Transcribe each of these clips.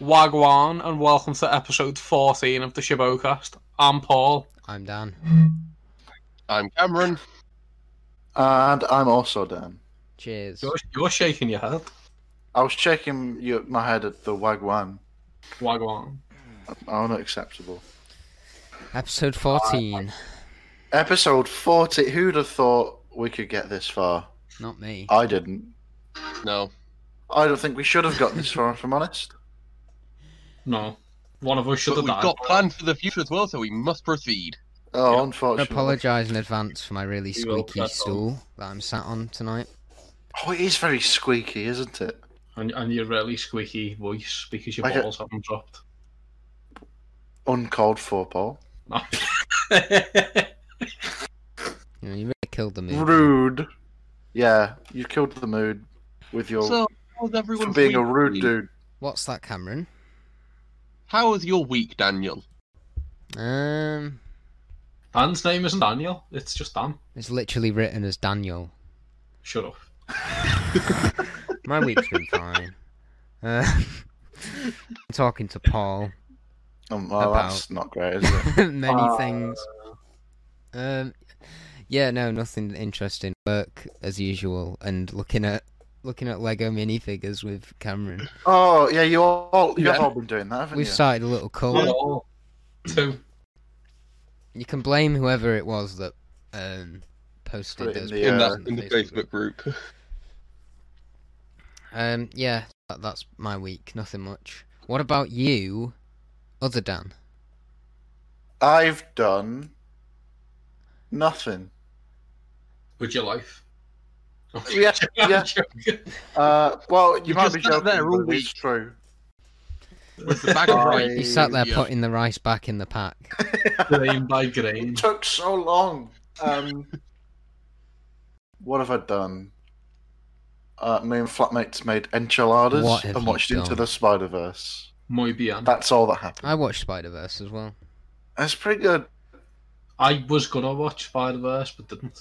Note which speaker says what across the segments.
Speaker 1: Wagwan, and welcome to episode 14 of the Shibocast. I'm Paul.
Speaker 2: I'm Dan.
Speaker 3: I'm Cameron.
Speaker 4: And I'm also Dan.
Speaker 2: Cheers.
Speaker 1: You're, you're shaking your head.
Speaker 4: I was shaking your, my head at the Wagwan.
Speaker 1: Wagwan.
Speaker 4: Oh, not acceptable.
Speaker 2: Episode 14.
Speaker 4: Episode 40. Who'd have thought we could get this far?
Speaker 2: Not me.
Speaker 1: Oh,
Speaker 4: I didn't.
Speaker 3: No.
Speaker 4: I don't think we should have got this far, if I'm honest.
Speaker 1: No. One of us should
Speaker 3: But
Speaker 1: have
Speaker 3: we've
Speaker 1: died.
Speaker 3: got plans for the future as well, so we must proceed.
Speaker 4: Oh,
Speaker 1: Yeah.
Speaker 2: I
Speaker 4: unfortunately.
Speaker 2: apologise in advance for my really
Speaker 1: You will,
Speaker 2: squeaky
Speaker 1: that's all.
Speaker 2: stool that I'm sat on tonight.
Speaker 4: Oh, it is very squeaky, isn't it?
Speaker 1: and, and your really squeaky voice because your
Speaker 4: I get-
Speaker 1: balls haven't dropped.
Speaker 4: Uncalled for, Paul.
Speaker 1: No.
Speaker 2: You, know, you really killed the mood.
Speaker 4: Rude. Yeah, you killed the mood with your.
Speaker 3: So, how's
Speaker 4: for
Speaker 3: everyone
Speaker 4: being a rude dude.
Speaker 2: What's that, Cameron?
Speaker 3: How was your week, Daniel?
Speaker 2: Um,
Speaker 1: Dan's name isn't Daniel, it's just Dan.
Speaker 2: it's literally written as Daniel.
Speaker 1: Shut up.
Speaker 2: My week's been fine. Uh, I'm talking to Paul.
Speaker 4: Um, well,
Speaker 2: About.
Speaker 4: that's not great, is it?
Speaker 2: Many
Speaker 1: Uh,
Speaker 2: things. Um, yeah, no, nothing interesting. Work as usual, and looking at looking at Lego minifigures with Cameron.
Speaker 4: oh, yeah, you all you've
Speaker 1: Yeah.
Speaker 4: all been doing that, haven't
Speaker 2: We've
Speaker 4: you?
Speaker 2: started a little cult.
Speaker 1: One all. Two.
Speaker 2: You can blame whoever it was that um, posted
Speaker 4: Put it in
Speaker 2: those
Speaker 4: the, uh,
Speaker 2: pictures
Speaker 4: Yeah.
Speaker 3: in
Speaker 2: on
Speaker 3: that in the Facebook
Speaker 2: Facebook.
Speaker 3: group.
Speaker 2: Um, yeah, that, that's my week. Nothing much. What about you, other Dan?
Speaker 4: I've done nothing.
Speaker 1: With your life.
Speaker 4: Yeah, yeah. Uh, well, you
Speaker 3: You
Speaker 4: might
Speaker 3: just
Speaker 4: be
Speaker 3: sat
Speaker 4: joking.
Speaker 3: there all
Speaker 4: but It's
Speaker 3: week.
Speaker 4: true.
Speaker 3: With the bag of
Speaker 4: I-
Speaker 3: rice.
Speaker 2: You sat there
Speaker 3: Yeah.
Speaker 2: putting the rice back in the pack.
Speaker 1: grain by grain.
Speaker 4: It took so long. Um, what have I done? Uh, me and flatmates made enchiladas
Speaker 2: What have
Speaker 4: and
Speaker 2: you
Speaker 4: watched Into
Speaker 2: done?
Speaker 4: the Spider Verse.
Speaker 1: Muy bien.
Speaker 4: That's all that happened.
Speaker 2: I watched Spider Verse as well. Uh,
Speaker 4: It's pretty good.
Speaker 1: I was gonna watch Spider Verse, but didn't.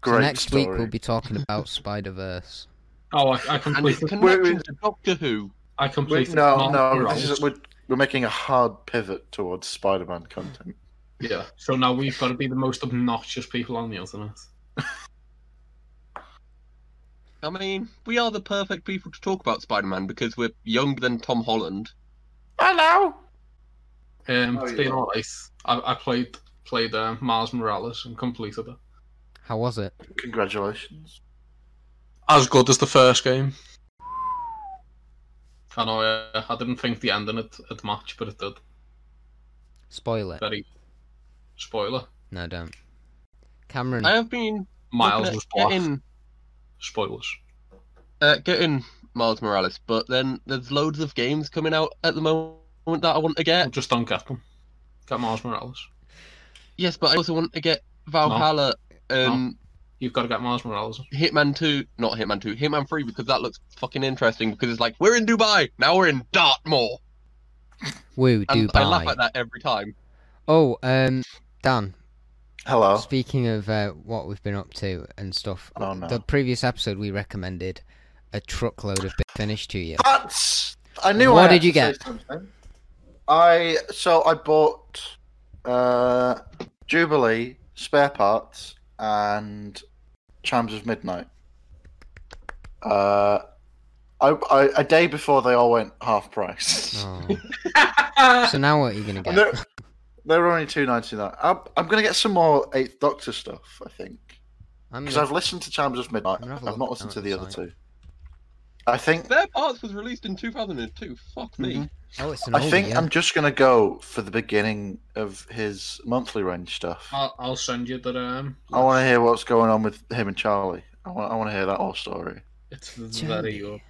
Speaker 4: Great
Speaker 2: so next
Speaker 4: story.
Speaker 2: week we'll be talking about Spider Verse.
Speaker 1: Oh, I, I
Speaker 3: And its
Speaker 1: completed.
Speaker 3: connection to Doctor Who.
Speaker 1: I completed.
Speaker 4: no,
Speaker 1: Marvel
Speaker 4: no, this
Speaker 1: Rivals.
Speaker 4: is, we're, we're making a hard pivot towards Spider-Man content.
Speaker 1: Yeah. So now we've got to be the most obnoxious people on the internet.
Speaker 3: I mean, we are the perfect people to talk about Spider-Man because we're younger than Tom Holland.
Speaker 4: Hello.
Speaker 1: Um,
Speaker 4: Oh,
Speaker 1: it's
Speaker 4: yeah.
Speaker 1: been alright. I, I played played uh, Mars Morales and completed it.
Speaker 2: How was it?
Speaker 4: Congratulations.
Speaker 1: As good as the first game. I know. Uh, I didn't think the ending it it matched, but it did.
Speaker 2: Spoil it.
Speaker 1: Very spoiler.
Speaker 2: No, don't. Cameron,
Speaker 4: Hmm.
Speaker 3: I have been
Speaker 1: Miles
Speaker 3: looking
Speaker 1: was
Speaker 3: at
Speaker 1: black.
Speaker 3: getting,
Speaker 1: Spoilers.
Speaker 3: uh, getting Miles Morales, but then there's loads of games coming out at the moment that I want to
Speaker 1: I
Speaker 3: get.
Speaker 1: just don't get them. Get Mars Morales.
Speaker 3: Yes, but I also want to get Valhalla and
Speaker 1: You've got to get Mars Morales.
Speaker 3: Hitman 2, not Hitman 2, Hitman 3, because that looks fucking interesting. Because it's like, we're in Dubai, now we're in Dartmoor.
Speaker 2: woo,
Speaker 3: And
Speaker 2: Dubai.
Speaker 3: I laugh at that every time.
Speaker 2: Oh, um, Dan,
Speaker 4: Hello.
Speaker 2: Speaking of uh, what we've been up to and stuff,
Speaker 4: Oh, no.
Speaker 2: the previous episode we recommended a truckload of bit finish to you.
Speaker 4: That's. I knew.
Speaker 2: What
Speaker 4: I had
Speaker 2: did you
Speaker 4: to say
Speaker 2: get?
Speaker 4: something. I so I bought uh, Jubilee spare parts and Chimes of Midnight. Uh, I, I a day before they all went half price.
Speaker 2: Oh. so now what are you gonna get?
Speaker 4: And they're, they're only two ninety nine. I'm, I'm gonna get some more Eighth Doctor stuff. I think.
Speaker 2: I'm
Speaker 4: Because
Speaker 2: gonna-
Speaker 4: I've listened to Chimes of Midnight.
Speaker 2: I'm gonna have a
Speaker 4: I've
Speaker 2: look
Speaker 4: not
Speaker 2: at
Speaker 4: listened
Speaker 2: that
Speaker 4: to the other
Speaker 2: website.
Speaker 4: two. I think
Speaker 3: Their Parts was released in 2002. Fuck me.
Speaker 2: oh, it's an
Speaker 4: I
Speaker 2: oldie,
Speaker 4: think
Speaker 2: yeah.
Speaker 4: I'm just gonna go for the beginning of his monthly range stuff.
Speaker 1: I'll, I'll send you that. Um,
Speaker 4: I want to hear what's going on with him and Charlie. I want I want to hear that whole story.
Speaker 1: It's very good.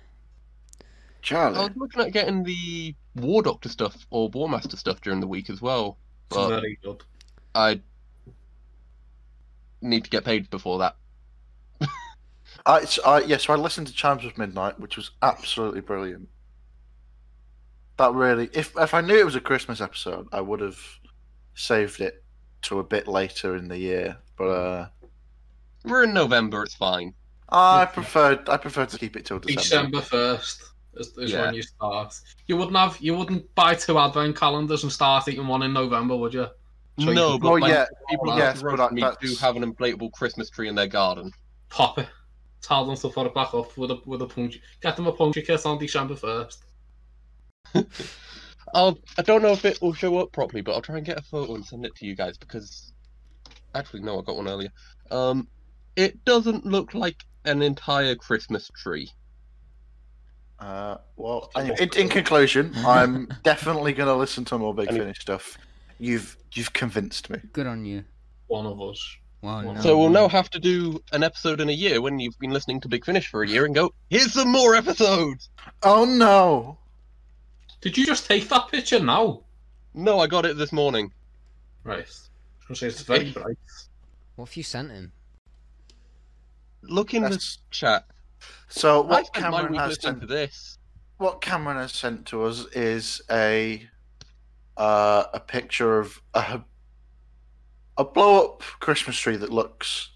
Speaker 4: Charlie.
Speaker 2: Oh.
Speaker 3: I was looking at getting the War Doctor stuff or War Master stuff during the week as well.
Speaker 1: It's
Speaker 3: But
Speaker 1: very good.
Speaker 3: I need to get paid before that.
Speaker 4: I, it's- I yeah. So I listened to Chimes of Midnight, which was absolutely brilliant. That really, if if I knew it was a Christmas episode, I would have saved it to a bit later in the year. But uh,
Speaker 3: We're in November, it's fine.
Speaker 4: I preferred I preferred to keep it till December.
Speaker 1: December first. Is, is
Speaker 3: Yeah.
Speaker 1: when you start. You wouldn't have. You wouldn't buy two advent calendars and start eating one in November, would you?
Speaker 3: So
Speaker 4: No,
Speaker 3: you
Speaker 2: Oh,
Speaker 4: but
Speaker 3: like,
Speaker 4: yeah,
Speaker 3: people
Speaker 1: yes,
Speaker 3: yes,
Speaker 4: but
Speaker 3: but
Speaker 4: that-
Speaker 3: me
Speaker 4: that's-
Speaker 3: do have an inflatable Christmas tree in their garden.
Speaker 1: Pop it. Tell them to put it back up with a with a punch. Get them a puncture kiss on December first.
Speaker 3: I'll, I don't know if it will show up properly, but I'll try and get a photo and send it to you guys because actually no, I got one earlier. Um, it doesn't look like an entire Christmas tree.
Speaker 4: Uh, well, anyway, in, in conclusion, I'm definitely going to listen to more Big
Speaker 3: Any-
Speaker 4: Finish stuff. You've you've convinced me.
Speaker 2: Good on you.
Speaker 1: One of us.
Speaker 2: Wow,
Speaker 1: Well,
Speaker 2: no.
Speaker 3: So we'll now have to do an episode in a year when you've been listening to Big Finish for a year and go, here's some more episodes.
Speaker 4: Oh no!
Speaker 1: Did you just take that picture now?
Speaker 3: No, I got it this morning.
Speaker 1: Right. I was gonna say it's very
Speaker 3: If-
Speaker 1: bright.
Speaker 2: What if you sent him?
Speaker 3: Look in the
Speaker 4: That's-
Speaker 3: chat.
Speaker 4: So
Speaker 3: I
Speaker 4: what
Speaker 3: spent my
Speaker 4: Cameron
Speaker 3: week
Speaker 4: has
Speaker 3: listening
Speaker 4: sent
Speaker 3: to this.
Speaker 4: what Cameron has sent to us is a uh, a picture of a a blow up Christmas tree that looks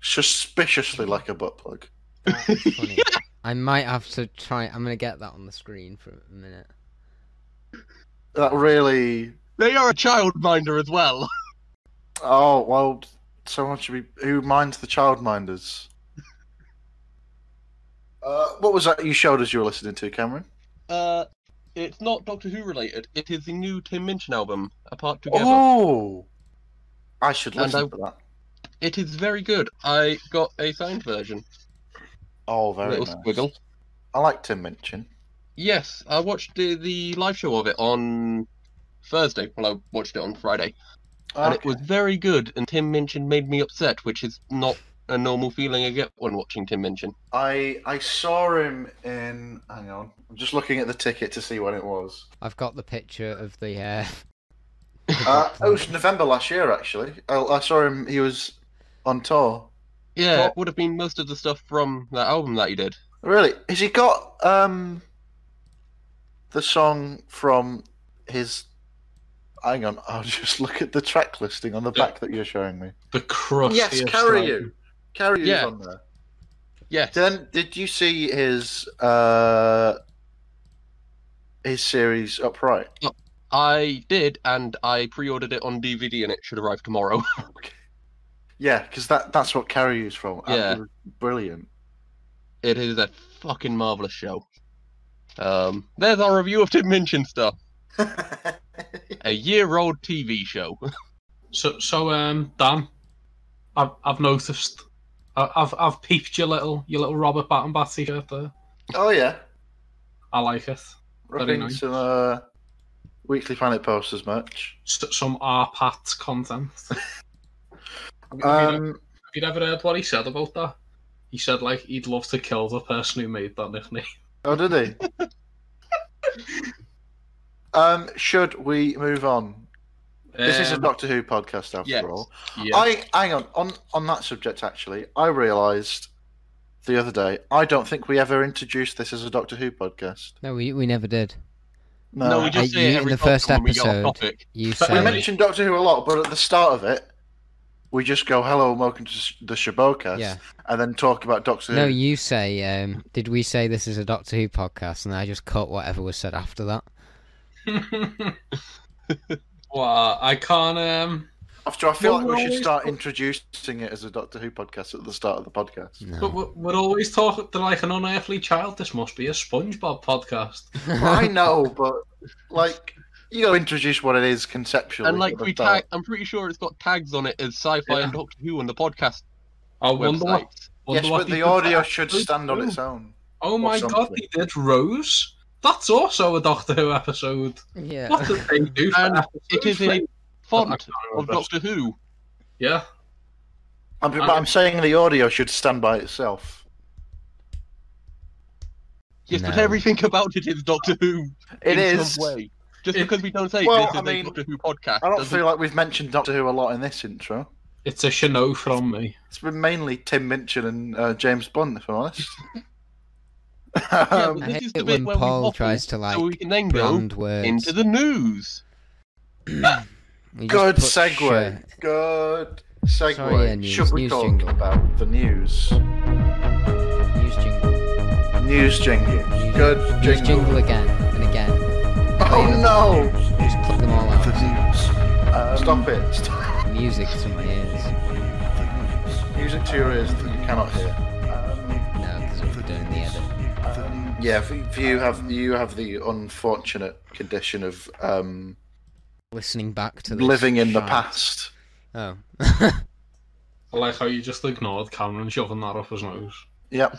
Speaker 4: suspiciously like a butt plug.
Speaker 2: That's funny. I might have to try. I'm gonna get that on the screen for a minute.
Speaker 4: That really.
Speaker 3: They are a childminder as well.
Speaker 4: Oh well, someone should be who minds the childminders. Uh, what was that you showed us you were listening to, Cameron?
Speaker 3: Uh, it's not Doctor Who related. It is the new Tim Minchin album, Apart Together.
Speaker 4: Oh, I should
Speaker 3: And
Speaker 4: listen
Speaker 3: I-
Speaker 4: to that.
Speaker 3: It is very good. I got a signed version.
Speaker 4: Oh, very
Speaker 3: Little
Speaker 4: nice.
Speaker 3: squiggle.
Speaker 4: I like Tim Minchin.
Speaker 3: Yes, I watched the, the live show of it on Thursday. Well, I watched it on Friday. and it
Speaker 4: Okay.
Speaker 3: was very good. And Tim Minchin made me upset, which is not a normal feeling I get when watching Tim Minchin.
Speaker 4: I I saw him in. Hang on, I'm just looking at the ticket to see when it was.
Speaker 2: I've got the picture of the hair.
Speaker 4: Uh, oh, it was November last year, actually. I, I saw him. He was on tour.
Speaker 3: Yeah,
Speaker 4: Well-
Speaker 3: it would have been most of the stuff from that album that he did.
Speaker 4: Really? Has he got um the song from his? Hang on, I'll just look at the track listing on the back that you're showing me.
Speaker 1: The crust.
Speaker 4: Carry
Speaker 3: You's Yeah.
Speaker 4: on there.
Speaker 3: Yes.
Speaker 4: Then did you see his uh his series upright?
Speaker 3: I did, and I pre-ordered it on DVD, and it should arrive tomorrow.
Speaker 4: Yeah, because that that's what Carry You's from. and it
Speaker 3: Yeah.
Speaker 4: was brilliant.
Speaker 3: it is a fucking marvelous show. Um, there's our review of Tim Minchin stuff. A year-old TV show.
Speaker 1: So, so um, Dan, I've I've noticed, I- I've I've peeped your little your little Robert Battenbat t-shirt there.
Speaker 4: Oh yeah,
Speaker 1: I like it. Very
Speaker 4: rocking
Speaker 1: nice.
Speaker 4: some uh, Weekly Planet posters merch.
Speaker 1: S- some RPAT content. have, you,
Speaker 4: Um,
Speaker 1: have you ever heard what he said about that? He said like he'd love to kill the person who made that nickname.
Speaker 4: oh, did he? um, should we move on? This is a
Speaker 1: Um,
Speaker 4: Doctor Who podcast after
Speaker 3: yes.
Speaker 4: all.
Speaker 1: yeah.
Speaker 4: I hang on on on that subject. Actually, I realised the other day. I don't think we ever introduced this as a Doctor Who podcast.
Speaker 2: No, we we never did.
Speaker 4: No,
Speaker 3: no, we
Speaker 2: I-
Speaker 3: just say it
Speaker 2: you-
Speaker 3: every
Speaker 2: the first
Speaker 3: time when we get off
Speaker 2: episode.
Speaker 3: topic.
Speaker 2: You
Speaker 1: But
Speaker 4: we
Speaker 1: I
Speaker 2: said
Speaker 4: mentioned Doctor Who a lot, but at the start of it, we just go hello and welcome to the Shibocast,
Speaker 2: Yeah.
Speaker 4: and then talk about Doctor
Speaker 2: No,
Speaker 4: Who.
Speaker 2: you say. Um, did we say this is a Doctor Who podcast? And I just cut whatever was said after that.
Speaker 1: well, I can't. Um,
Speaker 4: After I feel
Speaker 1: Well,
Speaker 4: like
Speaker 1: we're
Speaker 4: we should
Speaker 1: always-
Speaker 4: start introducing it as a Doctor Who podcast at the start of the podcast.
Speaker 1: but
Speaker 2: No.
Speaker 1: we're, we're always talking to like an unearthly child. This must be a SpongeBob podcast.
Speaker 4: I know, but like you got to introduce what it is conceptually.
Speaker 3: And like
Speaker 4: at the
Speaker 3: we
Speaker 4: start.
Speaker 3: tag, I'm pretty sure it's got tags on it as sci-fi
Speaker 1: Yeah.
Speaker 3: and Doctor Who on the podcast
Speaker 1: I wonder what.
Speaker 3: website.
Speaker 1: wonder
Speaker 4: yes,
Speaker 1: what
Speaker 4: but
Speaker 1: he
Speaker 4: the
Speaker 1: could-
Speaker 4: audio should stand on
Speaker 1: do.
Speaker 4: its own.
Speaker 1: Oh my god,
Speaker 4: something.
Speaker 1: they did Rose. That's also a Doctor Who episode.
Speaker 2: yeah.
Speaker 1: What did they do for
Speaker 4: Uh,
Speaker 3: And
Speaker 1: episodes?
Speaker 3: It is a
Speaker 1: mate?
Speaker 3: font of
Speaker 1: Of Doctor-
Speaker 3: Doctor Who.
Speaker 1: Yeah,
Speaker 4: I'm, but
Speaker 1: Okay.
Speaker 4: I'm saying the audio should stand by itself.
Speaker 3: Yes, but
Speaker 2: No.
Speaker 3: everything about it is Doctor Who.
Speaker 4: It
Speaker 3: in
Speaker 4: is.
Speaker 3: Some way. Just
Speaker 1: It-
Speaker 3: because we don't say
Speaker 4: Well,
Speaker 3: this is
Speaker 4: I
Speaker 3: a
Speaker 4: mean,
Speaker 3: Doctor Who podcast.
Speaker 4: I don't
Speaker 3: doesn't-
Speaker 4: feel like we've mentioned Doctor Who a lot in this intro.
Speaker 1: it's a Chanel from me.
Speaker 4: It's been mainly Tim Minchin and uh, James Bond, if I'm honest.
Speaker 3: Yeah,
Speaker 4: um,
Speaker 3: but
Speaker 2: I
Speaker 3: this
Speaker 2: hate
Speaker 3: is the
Speaker 2: it
Speaker 3: bit
Speaker 2: when
Speaker 3: where we
Speaker 2: Paul
Speaker 3: waffle,
Speaker 2: tries to like
Speaker 3: so we can then go
Speaker 2: brand words.
Speaker 3: into the news.
Speaker 2: We just
Speaker 4: good
Speaker 2: put
Speaker 4: segue.
Speaker 2: shit.
Speaker 4: Good segue.
Speaker 2: Sorry, yeah, news-
Speaker 4: should we
Speaker 2: news
Speaker 4: talk
Speaker 2: jingle.
Speaker 4: about the news?
Speaker 2: News jingle.
Speaker 4: News News jingle. Good
Speaker 2: Just jingle
Speaker 4: jingle.
Speaker 2: again and again.
Speaker 4: Oh no!
Speaker 2: Just plug them all
Speaker 5: The
Speaker 2: out.
Speaker 5: news.
Speaker 4: Um, Stop it. Stop.
Speaker 2: Music to my ears.
Speaker 4: Music to your ears that you cannot hear. Um,
Speaker 2: No, because I'm doing the edit.
Speaker 4: um, yeah, if if you have you have the unfortunate condition of um,
Speaker 2: Listening back to this.
Speaker 4: living in the
Speaker 2: shite.
Speaker 4: past.
Speaker 2: Oh.
Speaker 1: I like how you just ignored Cameron shoving that up his nose.
Speaker 4: Yep.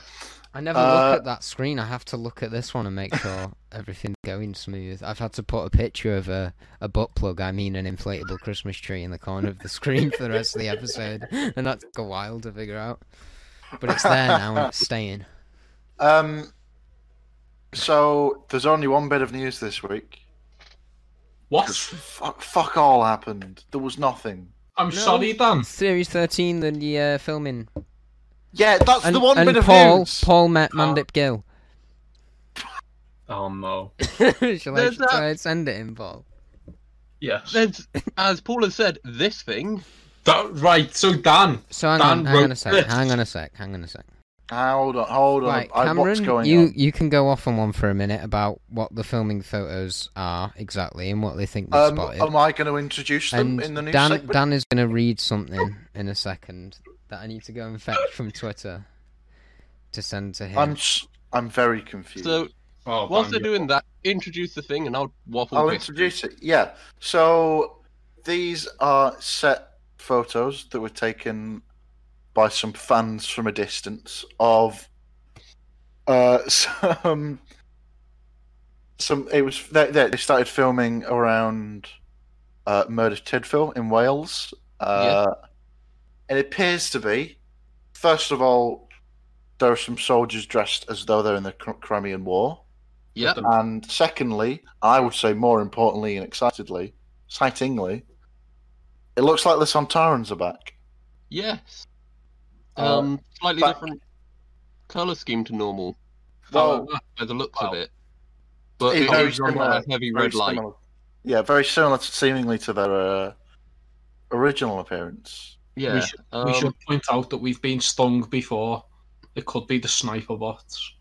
Speaker 2: I never
Speaker 4: Uh,
Speaker 2: look at that screen. I have to look at this one and make sure everything's going smooth. I've had to put a picture of a, a butt plug, I mean an inflatable Christmas tree, in the corner of the screen for the rest of the episode. And that took a while to figure out. But it's there now and it's staying.
Speaker 4: Um, so there's only one bit of news this week. Because
Speaker 1: What?
Speaker 4: fuck, fuck all happened. There was nothing.
Speaker 1: I'm
Speaker 2: No.
Speaker 1: sorry, Dan.
Speaker 2: Series 13, the uh, filming.
Speaker 4: Yeah, that's
Speaker 2: And,
Speaker 4: the one
Speaker 2: and
Speaker 4: bit of
Speaker 2: Paul,
Speaker 4: news.
Speaker 2: Paul met
Speaker 1: Huh?
Speaker 2: Mandip Gill.
Speaker 1: Oh no.
Speaker 2: shall, I,
Speaker 3: There's
Speaker 2: shall
Speaker 3: that-
Speaker 2: I send it in, Paul?
Speaker 1: Yes.
Speaker 3: There's, as Paul has said, this thing.
Speaker 1: That, right. So Dan,
Speaker 2: So hang
Speaker 1: Dan
Speaker 2: on, hang on
Speaker 1: wrote
Speaker 2: a sec,
Speaker 1: this.
Speaker 2: hang on a sec, hang on a sec.
Speaker 4: Hold on, hold on.
Speaker 2: Right,
Speaker 4: I- what's
Speaker 2: Cameron,
Speaker 4: going
Speaker 2: you
Speaker 4: on?
Speaker 2: you can go off on one for a minute about what the filming photos are exactly and what they think they
Speaker 4: Um,
Speaker 2: spotted.
Speaker 4: am I going to introduce them
Speaker 2: and
Speaker 4: in the news
Speaker 2: Dan
Speaker 4: segment?
Speaker 2: Dan is going to read something in a second that I need to go and fetch from Twitter to send to him.
Speaker 4: I'm s- I'm very confused.
Speaker 3: So
Speaker 1: oh,
Speaker 3: whilst they're
Speaker 1: Dan,
Speaker 3: doing that, introduce the thing, and I'll waffle.
Speaker 4: I'll
Speaker 3: this.
Speaker 4: introduce it. Yeah. So these are set photos that were taken by some fans from a distance of uh, some some. It was they, they, they started filming around uh, Murder Tydfil in Wales. Uh, It appears to be first of all there are some soldiers dressed as though they're in the Cr- Crimean War.
Speaker 3: Yeah.
Speaker 4: And secondly, I would say more importantly and excitedly, excitingly, it looks like the Santarans are back.
Speaker 3: Yes.
Speaker 4: Uh,
Speaker 3: Um, slightly
Speaker 4: back- Oh,
Speaker 3: different color scheme to normal
Speaker 4: Well,
Speaker 1: however,
Speaker 3: by the looks of
Speaker 4: Well,
Speaker 3: it. But
Speaker 4: it's
Speaker 3: it
Speaker 4: very
Speaker 3: is on
Speaker 4: similar-
Speaker 3: a heavy
Speaker 4: very
Speaker 3: red light.
Speaker 4: similar- Yeah, very similar, to, seemingly to their uh, original appearance.
Speaker 3: Yeah.
Speaker 1: We should-
Speaker 3: um,
Speaker 1: we should point out that we've been stung before. It could be the sniper bots.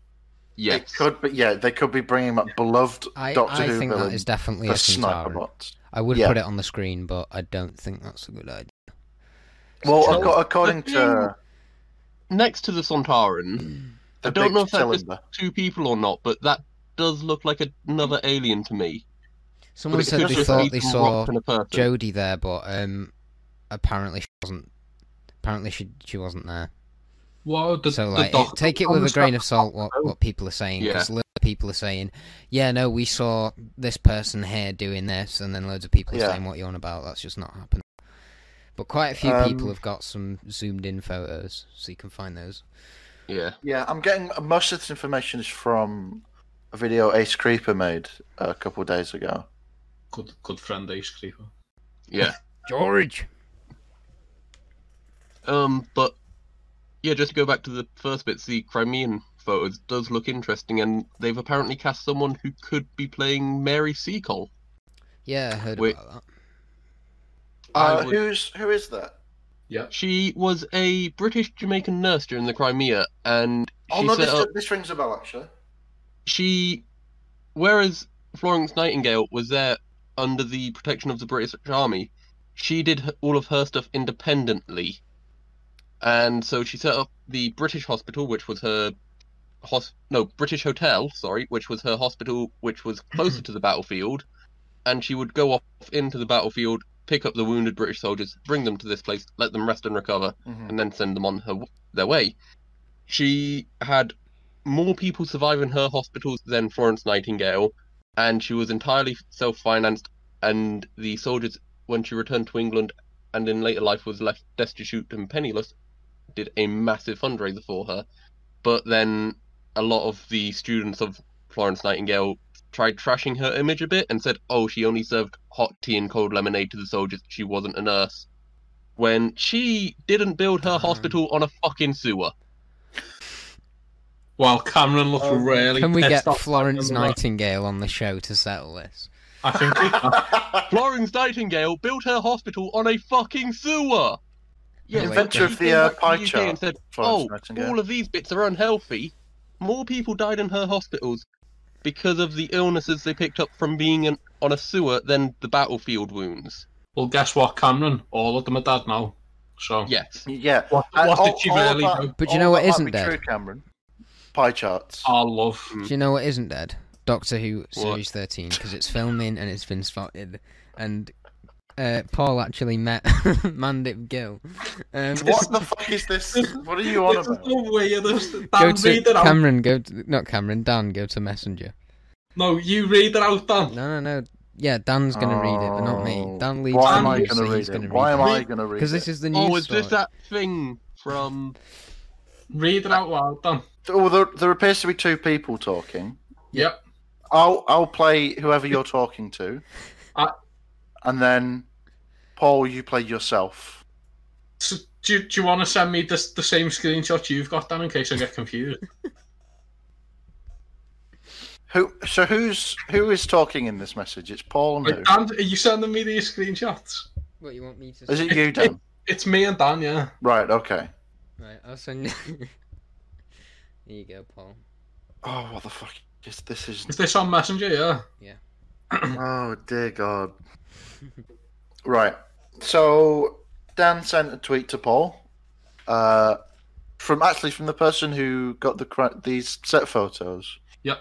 Speaker 3: Yes.
Speaker 4: It could, but yeah, they could be bringing back beloved
Speaker 2: I,
Speaker 4: Doctor
Speaker 2: I
Speaker 4: Who
Speaker 2: think that
Speaker 4: villain,
Speaker 2: is definitely
Speaker 4: the
Speaker 2: a
Speaker 4: sniper
Speaker 2: Centauran.
Speaker 4: bots.
Speaker 2: I would
Speaker 4: Yeah.
Speaker 2: put it on the screen, but I don't think that's a good idea.
Speaker 4: Well,
Speaker 2: So-
Speaker 4: ac- according
Speaker 3: the
Speaker 4: to
Speaker 3: Next to the Sontaran,
Speaker 4: the
Speaker 3: I don't
Speaker 4: big
Speaker 3: know if that was-
Speaker 4: cylinder,
Speaker 3: two people or not, but that does look like another alien to me.
Speaker 2: Someone
Speaker 3: But it
Speaker 2: said
Speaker 3: could
Speaker 2: they
Speaker 3: just
Speaker 2: thought
Speaker 3: be
Speaker 2: they
Speaker 3: some
Speaker 2: saw
Speaker 3: rock and a person.
Speaker 2: Jodie there, but um, apparently she wasn't. Apparently she she wasn't there.
Speaker 1: Whoa, the,
Speaker 2: so
Speaker 1: the
Speaker 2: like, it,
Speaker 1: doctor
Speaker 2: take it
Speaker 1: on
Speaker 2: with
Speaker 1: the
Speaker 2: a grain
Speaker 1: side-
Speaker 2: of salt what, what people are saying because loads of people are saying, yeah, no, we saw this person here doing this, and then loads of people are
Speaker 4: Yeah.
Speaker 2: saying what you're on about. That's just not happening. But quite a few people
Speaker 4: Um,
Speaker 2: have got some zoomed in photos, so you can find those.
Speaker 3: Yeah.
Speaker 4: Yeah, I'm getting most of this information is from a video Ace Creeper made uh, a couple of days ago.
Speaker 1: Good, good friend, Ace Creeper.
Speaker 3: Yeah.
Speaker 2: George.
Speaker 3: Um, but yeah, just to go back to the first bits, the Crimean photos does look interesting, and they've apparently cast someone who could be playing Mary Seacole.
Speaker 2: Yeah, I heard
Speaker 3: Wait.
Speaker 2: about that.
Speaker 3: I
Speaker 4: Uh,
Speaker 3: would-
Speaker 4: Who's who is that?
Speaker 1: Yeah.
Speaker 3: She was a British Jamaican nurse during the Crimea, and
Speaker 4: Oh
Speaker 3: she
Speaker 4: no,
Speaker 3: set
Speaker 4: this,
Speaker 3: up.
Speaker 4: this rings a bell actually.
Speaker 3: She, whereas Florence Nightingale was there under the protection of the British Army, she did h- all of her stuff independently, and so she set up the British Hospital, which was her, hos- no British Hotel, sorry, which was her hospital, which was closer to the battlefield, and she would go off into the battlefield, pick up the wounded British soldiers, bring them to this place, let them rest and recover,
Speaker 4: Mhm.
Speaker 3: and then send them on her their way. She had more people survive in her hospitals than Florence Nightingale, and she was entirely self-financed. And the soldiers, when she returned to England, and in later life was left destitute and penniless, did a massive fundraiser for her. But then a lot of the students of Florence Nightingale tried trashing her image a bit and said, "Oh, she only served hot tea and cold lemonade to the soldiers. She wasn't a nurse." When she didn't build her
Speaker 2: Damn.
Speaker 3: hospital on a fucking sewer.
Speaker 1: Well, Cameron looked
Speaker 4: Um,
Speaker 1: really.
Speaker 2: Can we
Speaker 1: pissed
Speaker 2: get
Speaker 1: off.
Speaker 2: Florence
Speaker 1: Remember that?
Speaker 2: Nightingale on the show to settle this?
Speaker 1: I think we can.
Speaker 3: Florence Nightingale built her hospital on a fucking sewer.
Speaker 2: Yeah,
Speaker 3: so
Speaker 2: Inventor
Speaker 3: she
Speaker 4: of the,
Speaker 3: came
Speaker 4: uh,
Speaker 3: back to
Speaker 4: pie
Speaker 3: UK
Speaker 4: chart,
Speaker 3: And said,
Speaker 4: Florence
Speaker 3: oh,
Speaker 4: Nightingale."
Speaker 3: all of these bits are unhealthy. more people died in her hospitals because of the illnesses they picked up from being in, on a sewer than the battlefield wounds.
Speaker 1: Well, guess what, Cameron? All of them are dead now. So
Speaker 3: Yes.
Speaker 4: Yeah. Uh, oh,
Speaker 1: what,
Speaker 4: And
Speaker 1: what
Speaker 4: all-
Speaker 1: did you
Speaker 4: all of
Speaker 1: really
Speaker 4: that-
Speaker 1: do?
Speaker 2: But you
Speaker 4: all
Speaker 2: know
Speaker 4: of
Speaker 2: what
Speaker 4: that might
Speaker 2: isn't
Speaker 4: be
Speaker 2: dead?
Speaker 4: True, Cameron. Pie charts.
Speaker 1: I love.
Speaker 2: Do you know what isn't dead? Doctor Who series
Speaker 3: Hmm. What?
Speaker 2: thirteen because it's filming and it's been spotted, and uh, Paul actually met Mandip Gill. Um,
Speaker 4: What the fuck is this? What are you on
Speaker 1: This is
Speaker 4: about?
Speaker 1: the weirdest. Dan,
Speaker 2: Go to
Speaker 1: read it out.
Speaker 2: Cameron. Go to, not Cameron. Dan, go to Messenger.
Speaker 1: No, you read it out, Dan.
Speaker 2: No, no, no. Yeah, Dan's gonna read it, but not me. Dan leads.
Speaker 4: Oh, Why
Speaker 2: the
Speaker 4: am I
Speaker 2: news,
Speaker 4: going to
Speaker 2: so he's
Speaker 4: read
Speaker 2: gonna
Speaker 4: it? Why am I
Speaker 3: it.
Speaker 4: going to read
Speaker 2: Because
Speaker 4: it?
Speaker 2: this is the news.
Speaker 3: Oh, is this
Speaker 2: story.
Speaker 3: that thing from?
Speaker 1: Read it out loud, Dan.
Speaker 4: Oh, there, there appears to be two people talking.
Speaker 1: Yep.
Speaker 4: I'll I'll play whoever you're talking to,
Speaker 1: I-
Speaker 4: and then Paul, you play yourself.
Speaker 1: So, do, you- do you want to send me this, the same screenshot you've got, Dan, in case I get confused?
Speaker 4: Who? So who's who is talking in this message? It's Paul and
Speaker 1: Like,
Speaker 4: who?
Speaker 1: Dan, are you sending me these screenshots?
Speaker 2: What you want me to?
Speaker 4: Is
Speaker 2: say?
Speaker 4: it you, Dan?
Speaker 1: It's me and Dan, yeah.
Speaker 4: Right. Okay.
Speaker 2: Right, I'll send. Here you go, Paul.
Speaker 4: Oh, what the fuck is this? Is
Speaker 1: Is this on Messenger? Yeah.
Speaker 4: oh dear God. right. So Dan sent a tweet to Paul, uh, from actually from the person who got the cra- these set photos.
Speaker 1: Yep.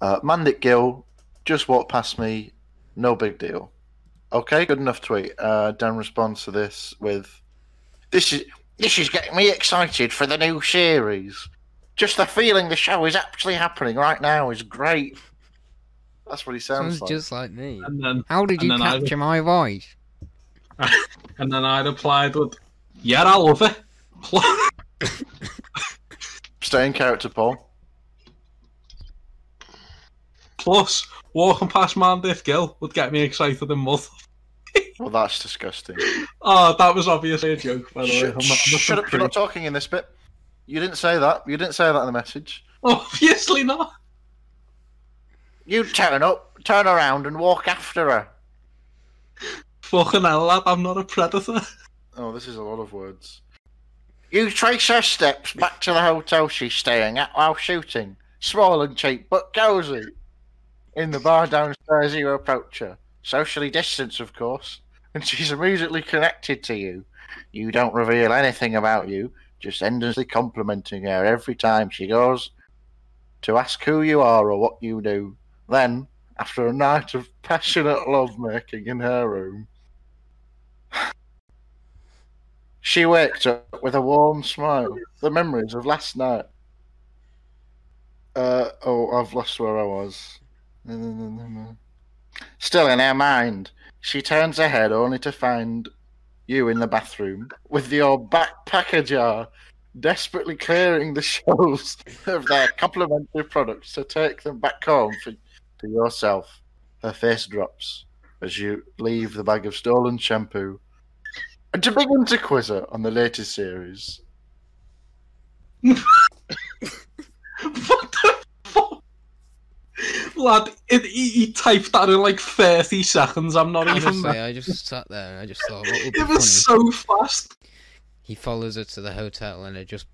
Speaker 4: Uh, Mandit Gill just walked past me. No big deal. Okay, good enough tweet. Uh, Dan responds to this with, "This is this is getting me excited for the new series. Just the feeling the show is actually happening right now is great." That's what he sounds
Speaker 2: Sounds
Speaker 4: like.
Speaker 2: just like me.
Speaker 1: And then
Speaker 2: How did you
Speaker 1: and then I-
Speaker 2: capture my voice?
Speaker 1: and then I replied with, "Yeah, I love it." Pl-
Speaker 4: Stay in character, Paul.
Speaker 1: Plus, walking past Mandiff Gill would get me excited in mud.
Speaker 4: Well, that's disgusting.
Speaker 1: Oh, that was obviously a joke, by the way.
Speaker 4: Shut,
Speaker 1: I'm not- I'm not
Speaker 4: shut
Speaker 1: a
Speaker 4: up! You're not
Speaker 1: creep.
Speaker 4: talking in this bit. You didn't say that. You didn't say that in the message.
Speaker 1: Obviously not.
Speaker 4: You turn up, turn around, and walk after her.
Speaker 1: Fucking hell, lad, I'm not a predator.
Speaker 4: Oh, this is a lot of words. You trace her steps back to the hotel she's staying at while shooting. Small and cheap, but cozy. In the bar downstairs, you approach her. Socially distanced, of course, and she's immediately connected to you. You don't reveal anything about you, just endlessly complimenting her every time she goes to ask who you are or what you do. Then, after a night of passionate lovemaking in her room, She wakes up with a warm smile. The memories of last night. Uh, oh, I've lost where I was. Still in her mind, she turns her head only to find you in the bathroom with your backpack ajar, desperately clearing the shelves of their complimentary products to take them back home for, to yourself. Her face drops as you leave the bag of stolen shampoo and to begin to quiz her on the latest series.
Speaker 1: What the fuck? Lad, it, he, he typed that in like 30 seconds. I'm not even.
Speaker 2: Honestly, I just sat there and I just thought, what would be
Speaker 1: It
Speaker 2: funny?
Speaker 1: was so fast.
Speaker 2: He follows her to the hotel, and I just,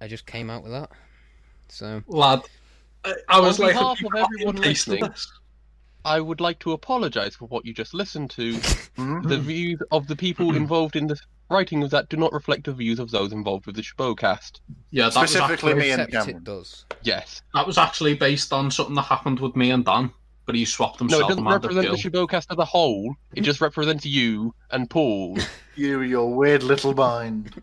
Speaker 2: I just came out with that. So
Speaker 1: Lad, I, I was
Speaker 3: On
Speaker 1: like, "Have
Speaker 3: behalf of
Speaker 1: you got
Speaker 3: everyone
Speaker 1: any taste of
Speaker 3: listening,
Speaker 1: this?"
Speaker 3: I would like to apologise for what you just listened to.
Speaker 4: Mhm.
Speaker 3: The views of the people involved in the writing of that do not reflect the views of those involved with the Shibocast.
Speaker 1: Yeah, that was,
Speaker 4: Specifically
Speaker 1: actually,
Speaker 4: me and
Speaker 2: except it
Speaker 4: Cameron.
Speaker 2: does.
Speaker 3: Yes.
Speaker 1: that was actually based on something that happened with me and Dan, but he swapped
Speaker 3: No, it
Speaker 1: himself.
Speaker 3: doesn't
Speaker 1: and had a
Speaker 3: represent the
Speaker 1: Gill.
Speaker 3: Shibocast as a whole. It
Speaker 1: Mm-hmm.
Speaker 3: just represents you and Paul.
Speaker 4: You, your weird little mind.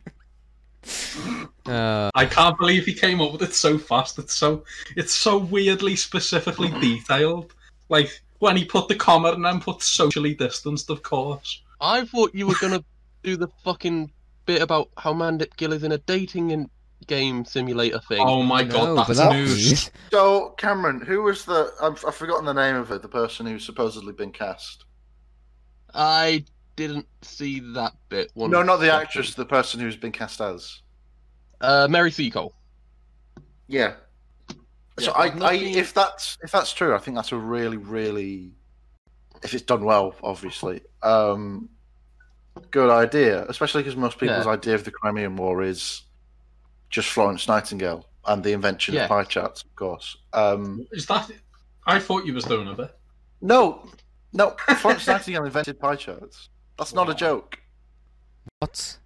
Speaker 2: Uh,
Speaker 1: I can't believe he came up with it so fast. It's so it's so weirdly specifically detailed. Like when he put the comma and then put socially distanced, of course.
Speaker 3: I thought you were gonna do the fucking bit about how Mandip Gill is in a dating and game simulator thing.
Speaker 1: Oh my
Speaker 2: no,
Speaker 1: god,
Speaker 2: but
Speaker 1: that's
Speaker 2: that
Speaker 1: news.
Speaker 2: news-
Speaker 4: So, Cameron, who was the? I've, I've forgotten the name of it. The person who's supposedly been cast.
Speaker 3: I didn't see that bit. One
Speaker 4: no, not the
Speaker 3: second.
Speaker 4: actress. The person who's been cast as.
Speaker 3: Uh, Mary Seacole.
Speaker 4: Yeah. So
Speaker 3: Yeah,
Speaker 4: I,
Speaker 3: I've not
Speaker 4: I,
Speaker 3: seen-
Speaker 4: if that's if that's true, I think that's a really, really, if it's done well, obviously, um, good idea. Especially because most people's idea of the Crimean War is just Florence Nightingale. and the invention
Speaker 3: Yeah.
Speaker 4: of pie charts, of course. Um,
Speaker 1: Is that? I thought you was doing a bit.
Speaker 4: no, no, Florence Nightingale invented pie charts. That's not a joke.
Speaker 2: What?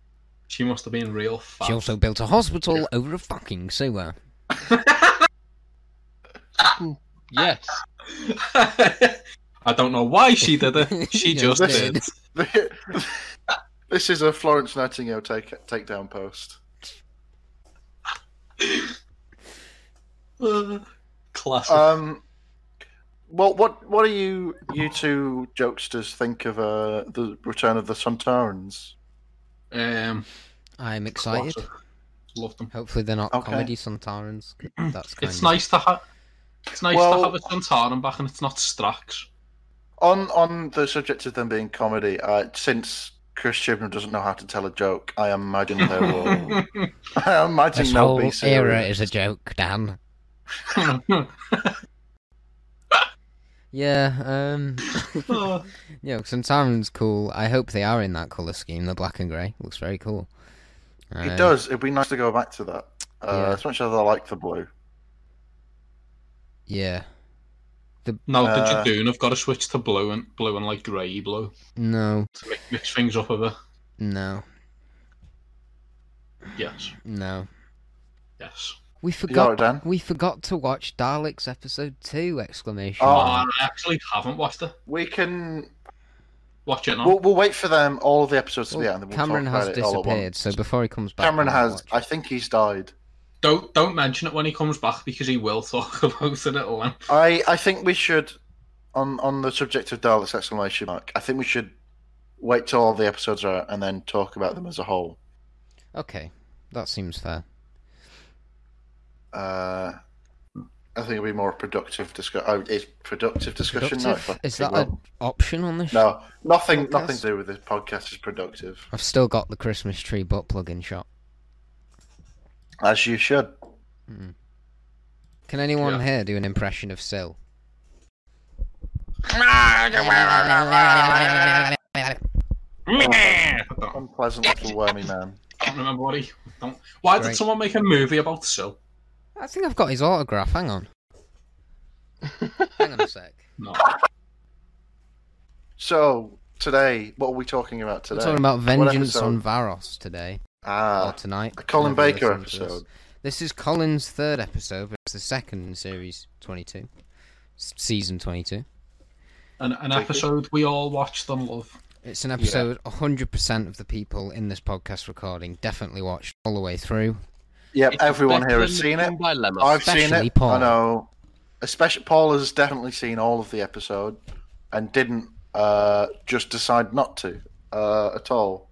Speaker 1: She must have been real fat.
Speaker 2: She also built a hospital over a fucking sewer.
Speaker 3: Yes.
Speaker 1: I don't know why she did it. She
Speaker 2: Yeah,
Speaker 1: just
Speaker 2: listen.
Speaker 1: did.
Speaker 4: this is a Florence Nightingale take takedown post.
Speaker 1: Uh, Classic.
Speaker 4: Um, well, what what do you you two jokesters think of uh, the return of the Suntarans?
Speaker 1: um,
Speaker 2: I'm excited.
Speaker 1: classic. Love them.
Speaker 2: Hopefully they're not
Speaker 4: Okay.
Speaker 2: comedy Suntarans. That's kind
Speaker 1: It's
Speaker 2: of...
Speaker 1: nice to have. It's nice
Speaker 4: Well-
Speaker 1: to have a Santaran back, and it's not Strax.
Speaker 4: On on the subject of them being comedy, uh, since Chris Chibnall doesn't know how to tell a joke, I imagine they will. I imagine
Speaker 2: This
Speaker 4: they'll
Speaker 2: whole
Speaker 4: be
Speaker 2: era
Speaker 4: serious.
Speaker 2: is a joke, Dan. Yeah, um,
Speaker 1: Uh,
Speaker 2: yeah, Suntaran's cool. I hope they are in that color scheme. The black and grey looks very cool.
Speaker 4: It
Speaker 2: Um,
Speaker 4: does. It'd be nice to go back to that. Uh,
Speaker 2: Yeah.
Speaker 4: As much as I like the blue,
Speaker 2: Yeah.
Speaker 1: now
Speaker 4: Uh,
Speaker 1: that you're doing, I've got to switch to blue and blue and like grey blue
Speaker 2: No.
Speaker 1: to mi- mix things up a bit.
Speaker 2: No.
Speaker 1: Yes,
Speaker 2: No.
Speaker 1: yes.
Speaker 2: We
Speaker 4: you all
Speaker 2: forgot.
Speaker 4: right, Dan?
Speaker 2: We forgot to watch Daleks episode two! Exclamation.
Speaker 4: Oh.
Speaker 1: Oh,
Speaker 2: mark.
Speaker 1: I actually haven't watched it.
Speaker 4: We can.
Speaker 1: Watch it now.
Speaker 4: We'll, we'll wait for them. All the episodes to be out,
Speaker 2: Well,
Speaker 4: and then we'll
Speaker 2: Cameron
Speaker 4: talk about
Speaker 2: has
Speaker 4: it all at
Speaker 2: disappeared,
Speaker 4: once.
Speaker 2: so before he comes back,
Speaker 4: Cameron
Speaker 2: I might
Speaker 4: has.
Speaker 2: watch.
Speaker 4: I think he's died.
Speaker 1: Don't don't mention it when he comes back because he will talk about it at length.
Speaker 4: I, I think we should, on on the subject of Daleks exclamation mark. I think we should wait till all the episodes are out and then talk about them as a whole.
Speaker 2: Okay, that seems fair.
Speaker 4: Uh, I think it'll be more productive discussion. Oh, it's productive discussion. No,
Speaker 2: Productive?
Speaker 4: fucking
Speaker 2: Is that
Speaker 4: well.
Speaker 2: an option on this?
Speaker 4: no nothing?
Speaker 2: podcast?
Speaker 4: Nothing to do with this podcast is productive,
Speaker 2: I've still got the Christmas tree butt plug in shot.
Speaker 4: as you should.
Speaker 2: Can anyone
Speaker 1: Yeah.
Speaker 2: here do an impression of Syl?
Speaker 1: I don't,
Speaker 4: Unpleasant little wormy man.
Speaker 1: can't remember what he. Don't. Why
Speaker 2: Great.
Speaker 1: did someone make a movie about Sil?
Speaker 2: I think I've got his autograph. Hang on. Hang on a sec.
Speaker 1: No.
Speaker 4: So today, what are we talking about
Speaker 2: We're
Speaker 4: today?
Speaker 2: talking about Vengeance
Speaker 4: episode?
Speaker 2: on Varos today or
Speaker 4: ah,
Speaker 2: tonight.
Speaker 4: the Colin
Speaker 2: whenever
Speaker 4: Baker
Speaker 2: you're listening to this.
Speaker 4: episode.
Speaker 2: This is Colin's third episode, but it's the second in series twenty-two, s- season twenty-two.
Speaker 1: An, an
Speaker 4: Thank you.
Speaker 1: episode we all watched and love.
Speaker 2: It's an episode 100% of the people in this podcast recording definitely watched all the way through.
Speaker 4: Yep,
Speaker 3: It's
Speaker 4: everyone here
Speaker 3: better
Speaker 4: has
Speaker 3: than
Speaker 4: seen it.
Speaker 3: By Lemma.
Speaker 4: I've seen
Speaker 2: Especially
Speaker 4: it.
Speaker 2: Paul.
Speaker 4: I know. Especially Paul has definitely seen all of the episode and didn't uh, just decide not to uh, at all.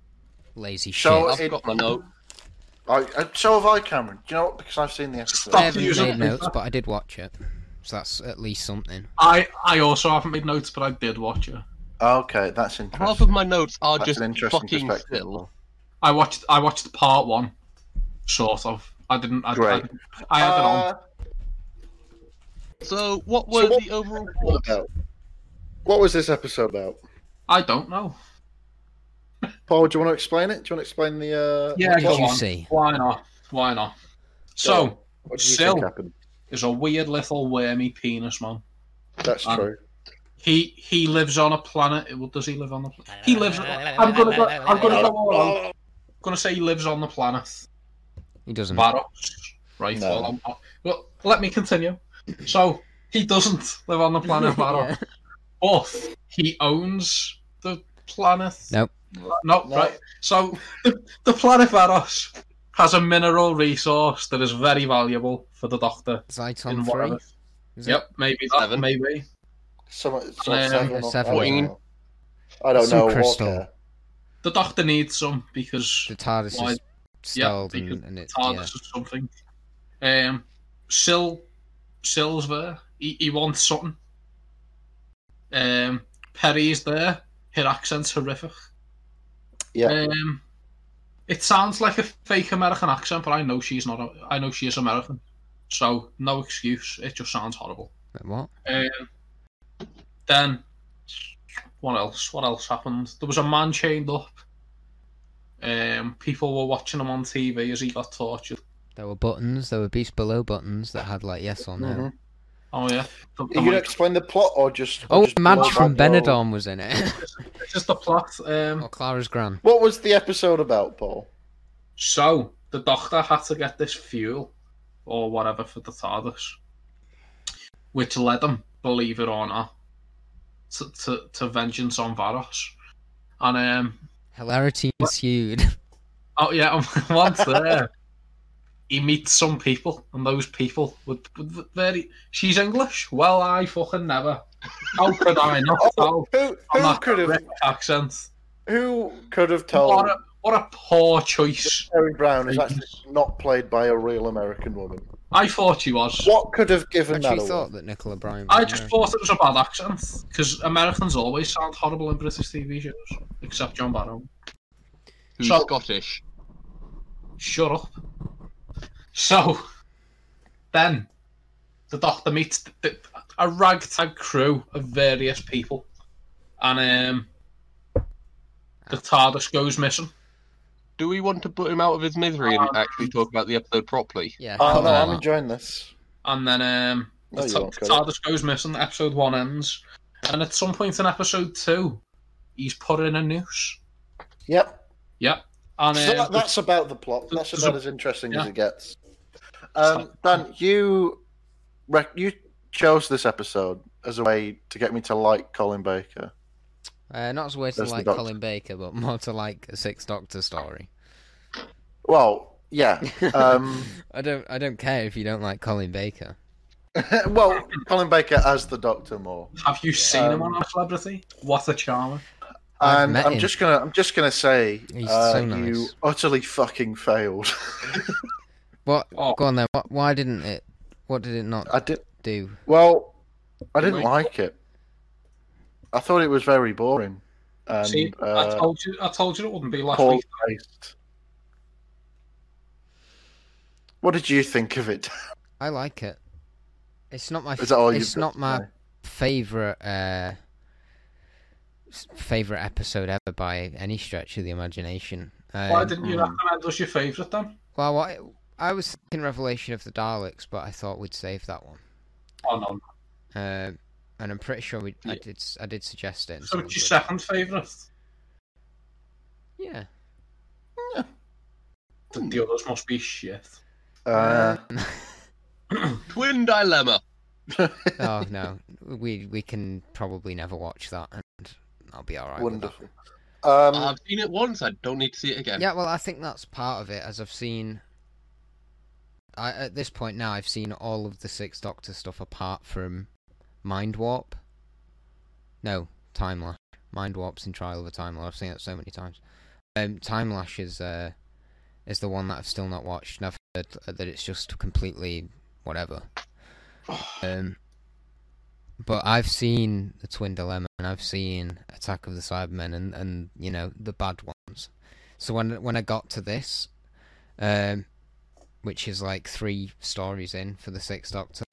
Speaker 2: Lazy
Speaker 4: So uh,
Speaker 2: shit.
Speaker 3: I've got my note.
Speaker 4: I, uh, so have I, Cameron. Do you know what? Because I've seen the
Speaker 2: I
Speaker 4: episode.
Speaker 1: Stop.
Speaker 2: haven't
Speaker 1: using
Speaker 2: made
Speaker 1: paper.
Speaker 2: notes, but I did watch it. So that's at least something.
Speaker 1: I I also haven't made notes, but I did watch it.
Speaker 4: Okay, that's
Speaker 3: Half of
Speaker 4: interesting.
Speaker 3: my notes are
Speaker 4: That's
Speaker 3: just
Speaker 4: an interesting
Speaker 3: fucking
Speaker 4: perspective.
Speaker 3: still.
Speaker 1: I watched I watched part one, sort of. I didn't. I,
Speaker 4: Great.
Speaker 1: I, I had it on.
Speaker 4: Uh,
Speaker 3: So, what
Speaker 4: So
Speaker 3: were
Speaker 4: what-
Speaker 3: the overall
Speaker 4: what
Speaker 3: thoughts?
Speaker 4: about? What was this episode about?
Speaker 1: I don't know.
Speaker 4: Paul, do you want to explain it? Do you want to explain the? Uh,
Speaker 1: Yeah,
Speaker 4: what,
Speaker 2: What
Speaker 1: go
Speaker 2: did you
Speaker 1: on.
Speaker 2: see?
Speaker 1: Why not? Why not? So
Speaker 4: what do you
Speaker 1: Still.
Speaker 4: think happened?
Speaker 1: there's a weird little wormy penis man.
Speaker 4: That's
Speaker 1: Um,
Speaker 4: true.
Speaker 1: He he lives on a planet. Well, does he live on the planet? He lives. I'm gonna go. I'm
Speaker 4: Uh,
Speaker 1: gonna go. all out. I'm gonna say he lives on the planet.
Speaker 2: He doesn't.
Speaker 1: Varos, right?
Speaker 4: No.
Speaker 1: Well, I'm, well, let me continue. So he doesn't live on the planet Varos,
Speaker 2: Yeah.
Speaker 1: but he owns the planet.
Speaker 2: Nope.
Speaker 1: No,
Speaker 4: No.
Speaker 1: right. So the, the planet Varos has a mineral resource that is very valuable for the Doctor.
Speaker 2: Zyton
Speaker 1: In
Speaker 2: 3?
Speaker 1: whatever.
Speaker 2: Is it?
Speaker 1: Yep, maybe that.
Speaker 3: Seven.
Speaker 1: Maybe.
Speaker 4: Some, some
Speaker 1: Um,
Speaker 4: seven, or-
Speaker 2: seven.
Speaker 4: I don't know. I don't
Speaker 2: Some
Speaker 4: know. what,
Speaker 2: crystal.
Speaker 4: uh,
Speaker 1: The Doctor needs some because
Speaker 2: The TARDIS
Speaker 1: Why-
Speaker 2: is stalled
Speaker 1: because
Speaker 2: and, and it's.
Speaker 1: TARDIS
Speaker 2: Yeah.
Speaker 1: or something. Um, Sil, Sil's there. He, he wants something. Um, Perry's there. Her accent's horrific.
Speaker 4: Yeah.
Speaker 1: Um, it sounds like a fake American accent, but I know she's not. a- I know she is American, so no excuse. It just sounds horrible.
Speaker 2: Wait, What?
Speaker 1: Um, then what else? What else happened? There was a man chained up. Um, people were watching him on TV as he got tortured.
Speaker 2: There were buttons. There were beast below buttons that had like yes or no.
Speaker 4: Mm-hmm.
Speaker 6: Mhm.
Speaker 1: Oh yeah, The-
Speaker 4: Are
Speaker 1: the
Speaker 4: you going to
Speaker 1: mic-
Speaker 4: explain the plot or just. or
Speaker 2: Oh,
Speaker 4: just
Speaker 2: Madge
Speaker 4: blow
Speaker 2: from
Speaker 4: by blow?
Speaker 2: Benidorm was in it.
Speaker 1: it's just the plot. Um,
Speaker 2: or Oh, Clara's gran.
Speaker 4: What was the episode about, Paul?
Speaker 1: So the doctor had to get this fuel or whatever for the TARDIS, which led him, believe it or not, to to, to vengeance on Varos. And um,
Speaker 2: Hilarity ensued.
Speaker 1: oh yeah, and once there, he meets some people, and those people would, would very. She's English. Well, I fucking never. How could I not tell?
Speaker 4: Who
Speaker 1: I'm
Speaker 4: who
Speaker 1: not
Speaker 4: could have
Speaker 1: British accent.
Speaker 4: who could have told
Speaker 1: What a, what a poor choice.
Speaker 4: Terry Brown is actually not played by a real American woman?
Speaker 1: I thought she was.
Speaker 4: What could have given that
Speaker 2: actually
Speaker 4: away?
Speaker 2: thought that Nicola Bryan.
Speaker 1: I
Speaker 2: was
Speaker 1: just
Speaker 2: American.
Speaker 1: thought it was a bad accent because Americans always sound horrible in British TV shows, except John Barrow.
Speaker 3: Who's
Speaker 1: So-
Speaker 3: Scottish?
Speaker 1: Shut up. So, then the doctor meets th- th- a ragtag crew of various people, and um, the TARDIS goes missing.
Speaker 3: Do we want to put him out of his misery
Speaker 4: Uh,
Speaker 3: and actually talk about the episode properly?
Speaker 2: Yeah.
Speaker 4: Oh
Speaker 2: come
Speaker 4: no,
Speaker 2: on.
Speaker 4: I'm enjoying this.
Speaker 1: and then um, the,
Speaker 4: No, Oh, you
Speaker 1: t-
Speaker 4: won't,
Speaker 1: the
Speaker 4: Cody.
Speaker 1: TARDIS goes missing. Episode one ends, and at some point in episode two, he's put in a noose.
Speaker 4: Yep.
Speaker 1: Yep. And
Speaker 4: So
Speaker 1: um,
Speaker 4: that, that's about the plot. That's
Speaker 1: there's
Speaker 4: about
Speaker 1: a-
Speaker 4: as interesting as
Speaker 1: yeah.
Speaker 4: it gets. Um, Dan, you rec- you chose this episode as a way to get me to like Colin Baker.
Speaker 2: Uh, not as a way to
Speaker 4: That's the
Speaker 2: like
Speaker 4: Doctor.
Speaker 2: Colin Baker, but more to like a Six Doctor story.
Speaker 4: Well, yeah. Um,
Speaker 2: I don't. I don't care if you don't like Colin Baker.
Speaker 4: well, Colin Baker as the Doctor more.
Speaker 1: have you seen him
Speaker 4: Um,
Speaker 1: on Our Celebrity? What a charmer!
Speaker 2: I've
Speaker 4: And
Speaker 2: met
Speaker 4: I'm
Speaker 2: him.
Speaker 4: just gonna, I'm just gonna say,
Speaker 2: He's
Speaker 4: uh,
Speaker 2: so nice.
Speaker 4: you utterly fucking failed.
Speaker 2: What?
Speaker 1: Oh.
Speaker 2: Go on then. What, why didn't it? What did it not
Speaker 4: I did.
Speaker 2: do?
Speaker 4: Well, I didn't
Speaker 1: Wait.
Speaker 4: like it. I thought it was very boring. And,
Speaker 1: See, I
Speaker 4: uh,
Speaker 1: told you, I told you it wouldn't be last
Speaker 4: poor
Speaker 1: week.
Speaker 4: taste. What did you think of it?
Speaker 2: I like it. It's not my.
Speaker 4: Is that all you've
Speaker 2: it's
Speaker 4: got
Speaker 2: not
Speaker 4: to
Speaker 2: my
Speaker 4: say?
Speaker 2: favorite. Uh, s- favorite episode ever by any stretch of the imagination. Um,
Speaker 1: Why didn't you
Speaker 4: Mm.
Speaker 1: recommend us your favourite then?
Speaker 2: well, I, I was thinking Revelation of the Daleks, but I thought we'd save that one.
Speaker 1: Oh no,
Speaker 2: Um, and I'm pretty sure we. I
Speaker 3: Yeah.
Speaker 2: did. s- I did suggest it. and
Speaker 1: so it's your
Speaker 2: someone
Speaker 1: second favourite.
Speaker 2: did. Yeah.
Speaker 1: The, the others must be shit.
Speaker 4: Uh,
Speaker 3: Twin dilemma.
Speaker 2: oh no, we we can probably never watch that, and I'll be all right. with that.
Speaker 4: wonderful. Um,
Speaker 3: I've seen it once. I don't need to see it again.
Speaker 2: Yeah, well, I think that's part of it, as I've seen. I, at this point now, I've seen all of the Six Doctor stuff apart from Mind Warp. No, Time Lash. Mind Warp's in Trial of a Time Lord. I've seen it so many times. Um, Time Lash is uh, is the one that I've still not watched, and I've heard that it's just completely whatever. Um, but I've seen the Twin Dilemma, and I've seen Attack of the Cybermen, and, and you know the bad ones. So when when I got to this, um, which is like three stories in for the Sixth Doctor,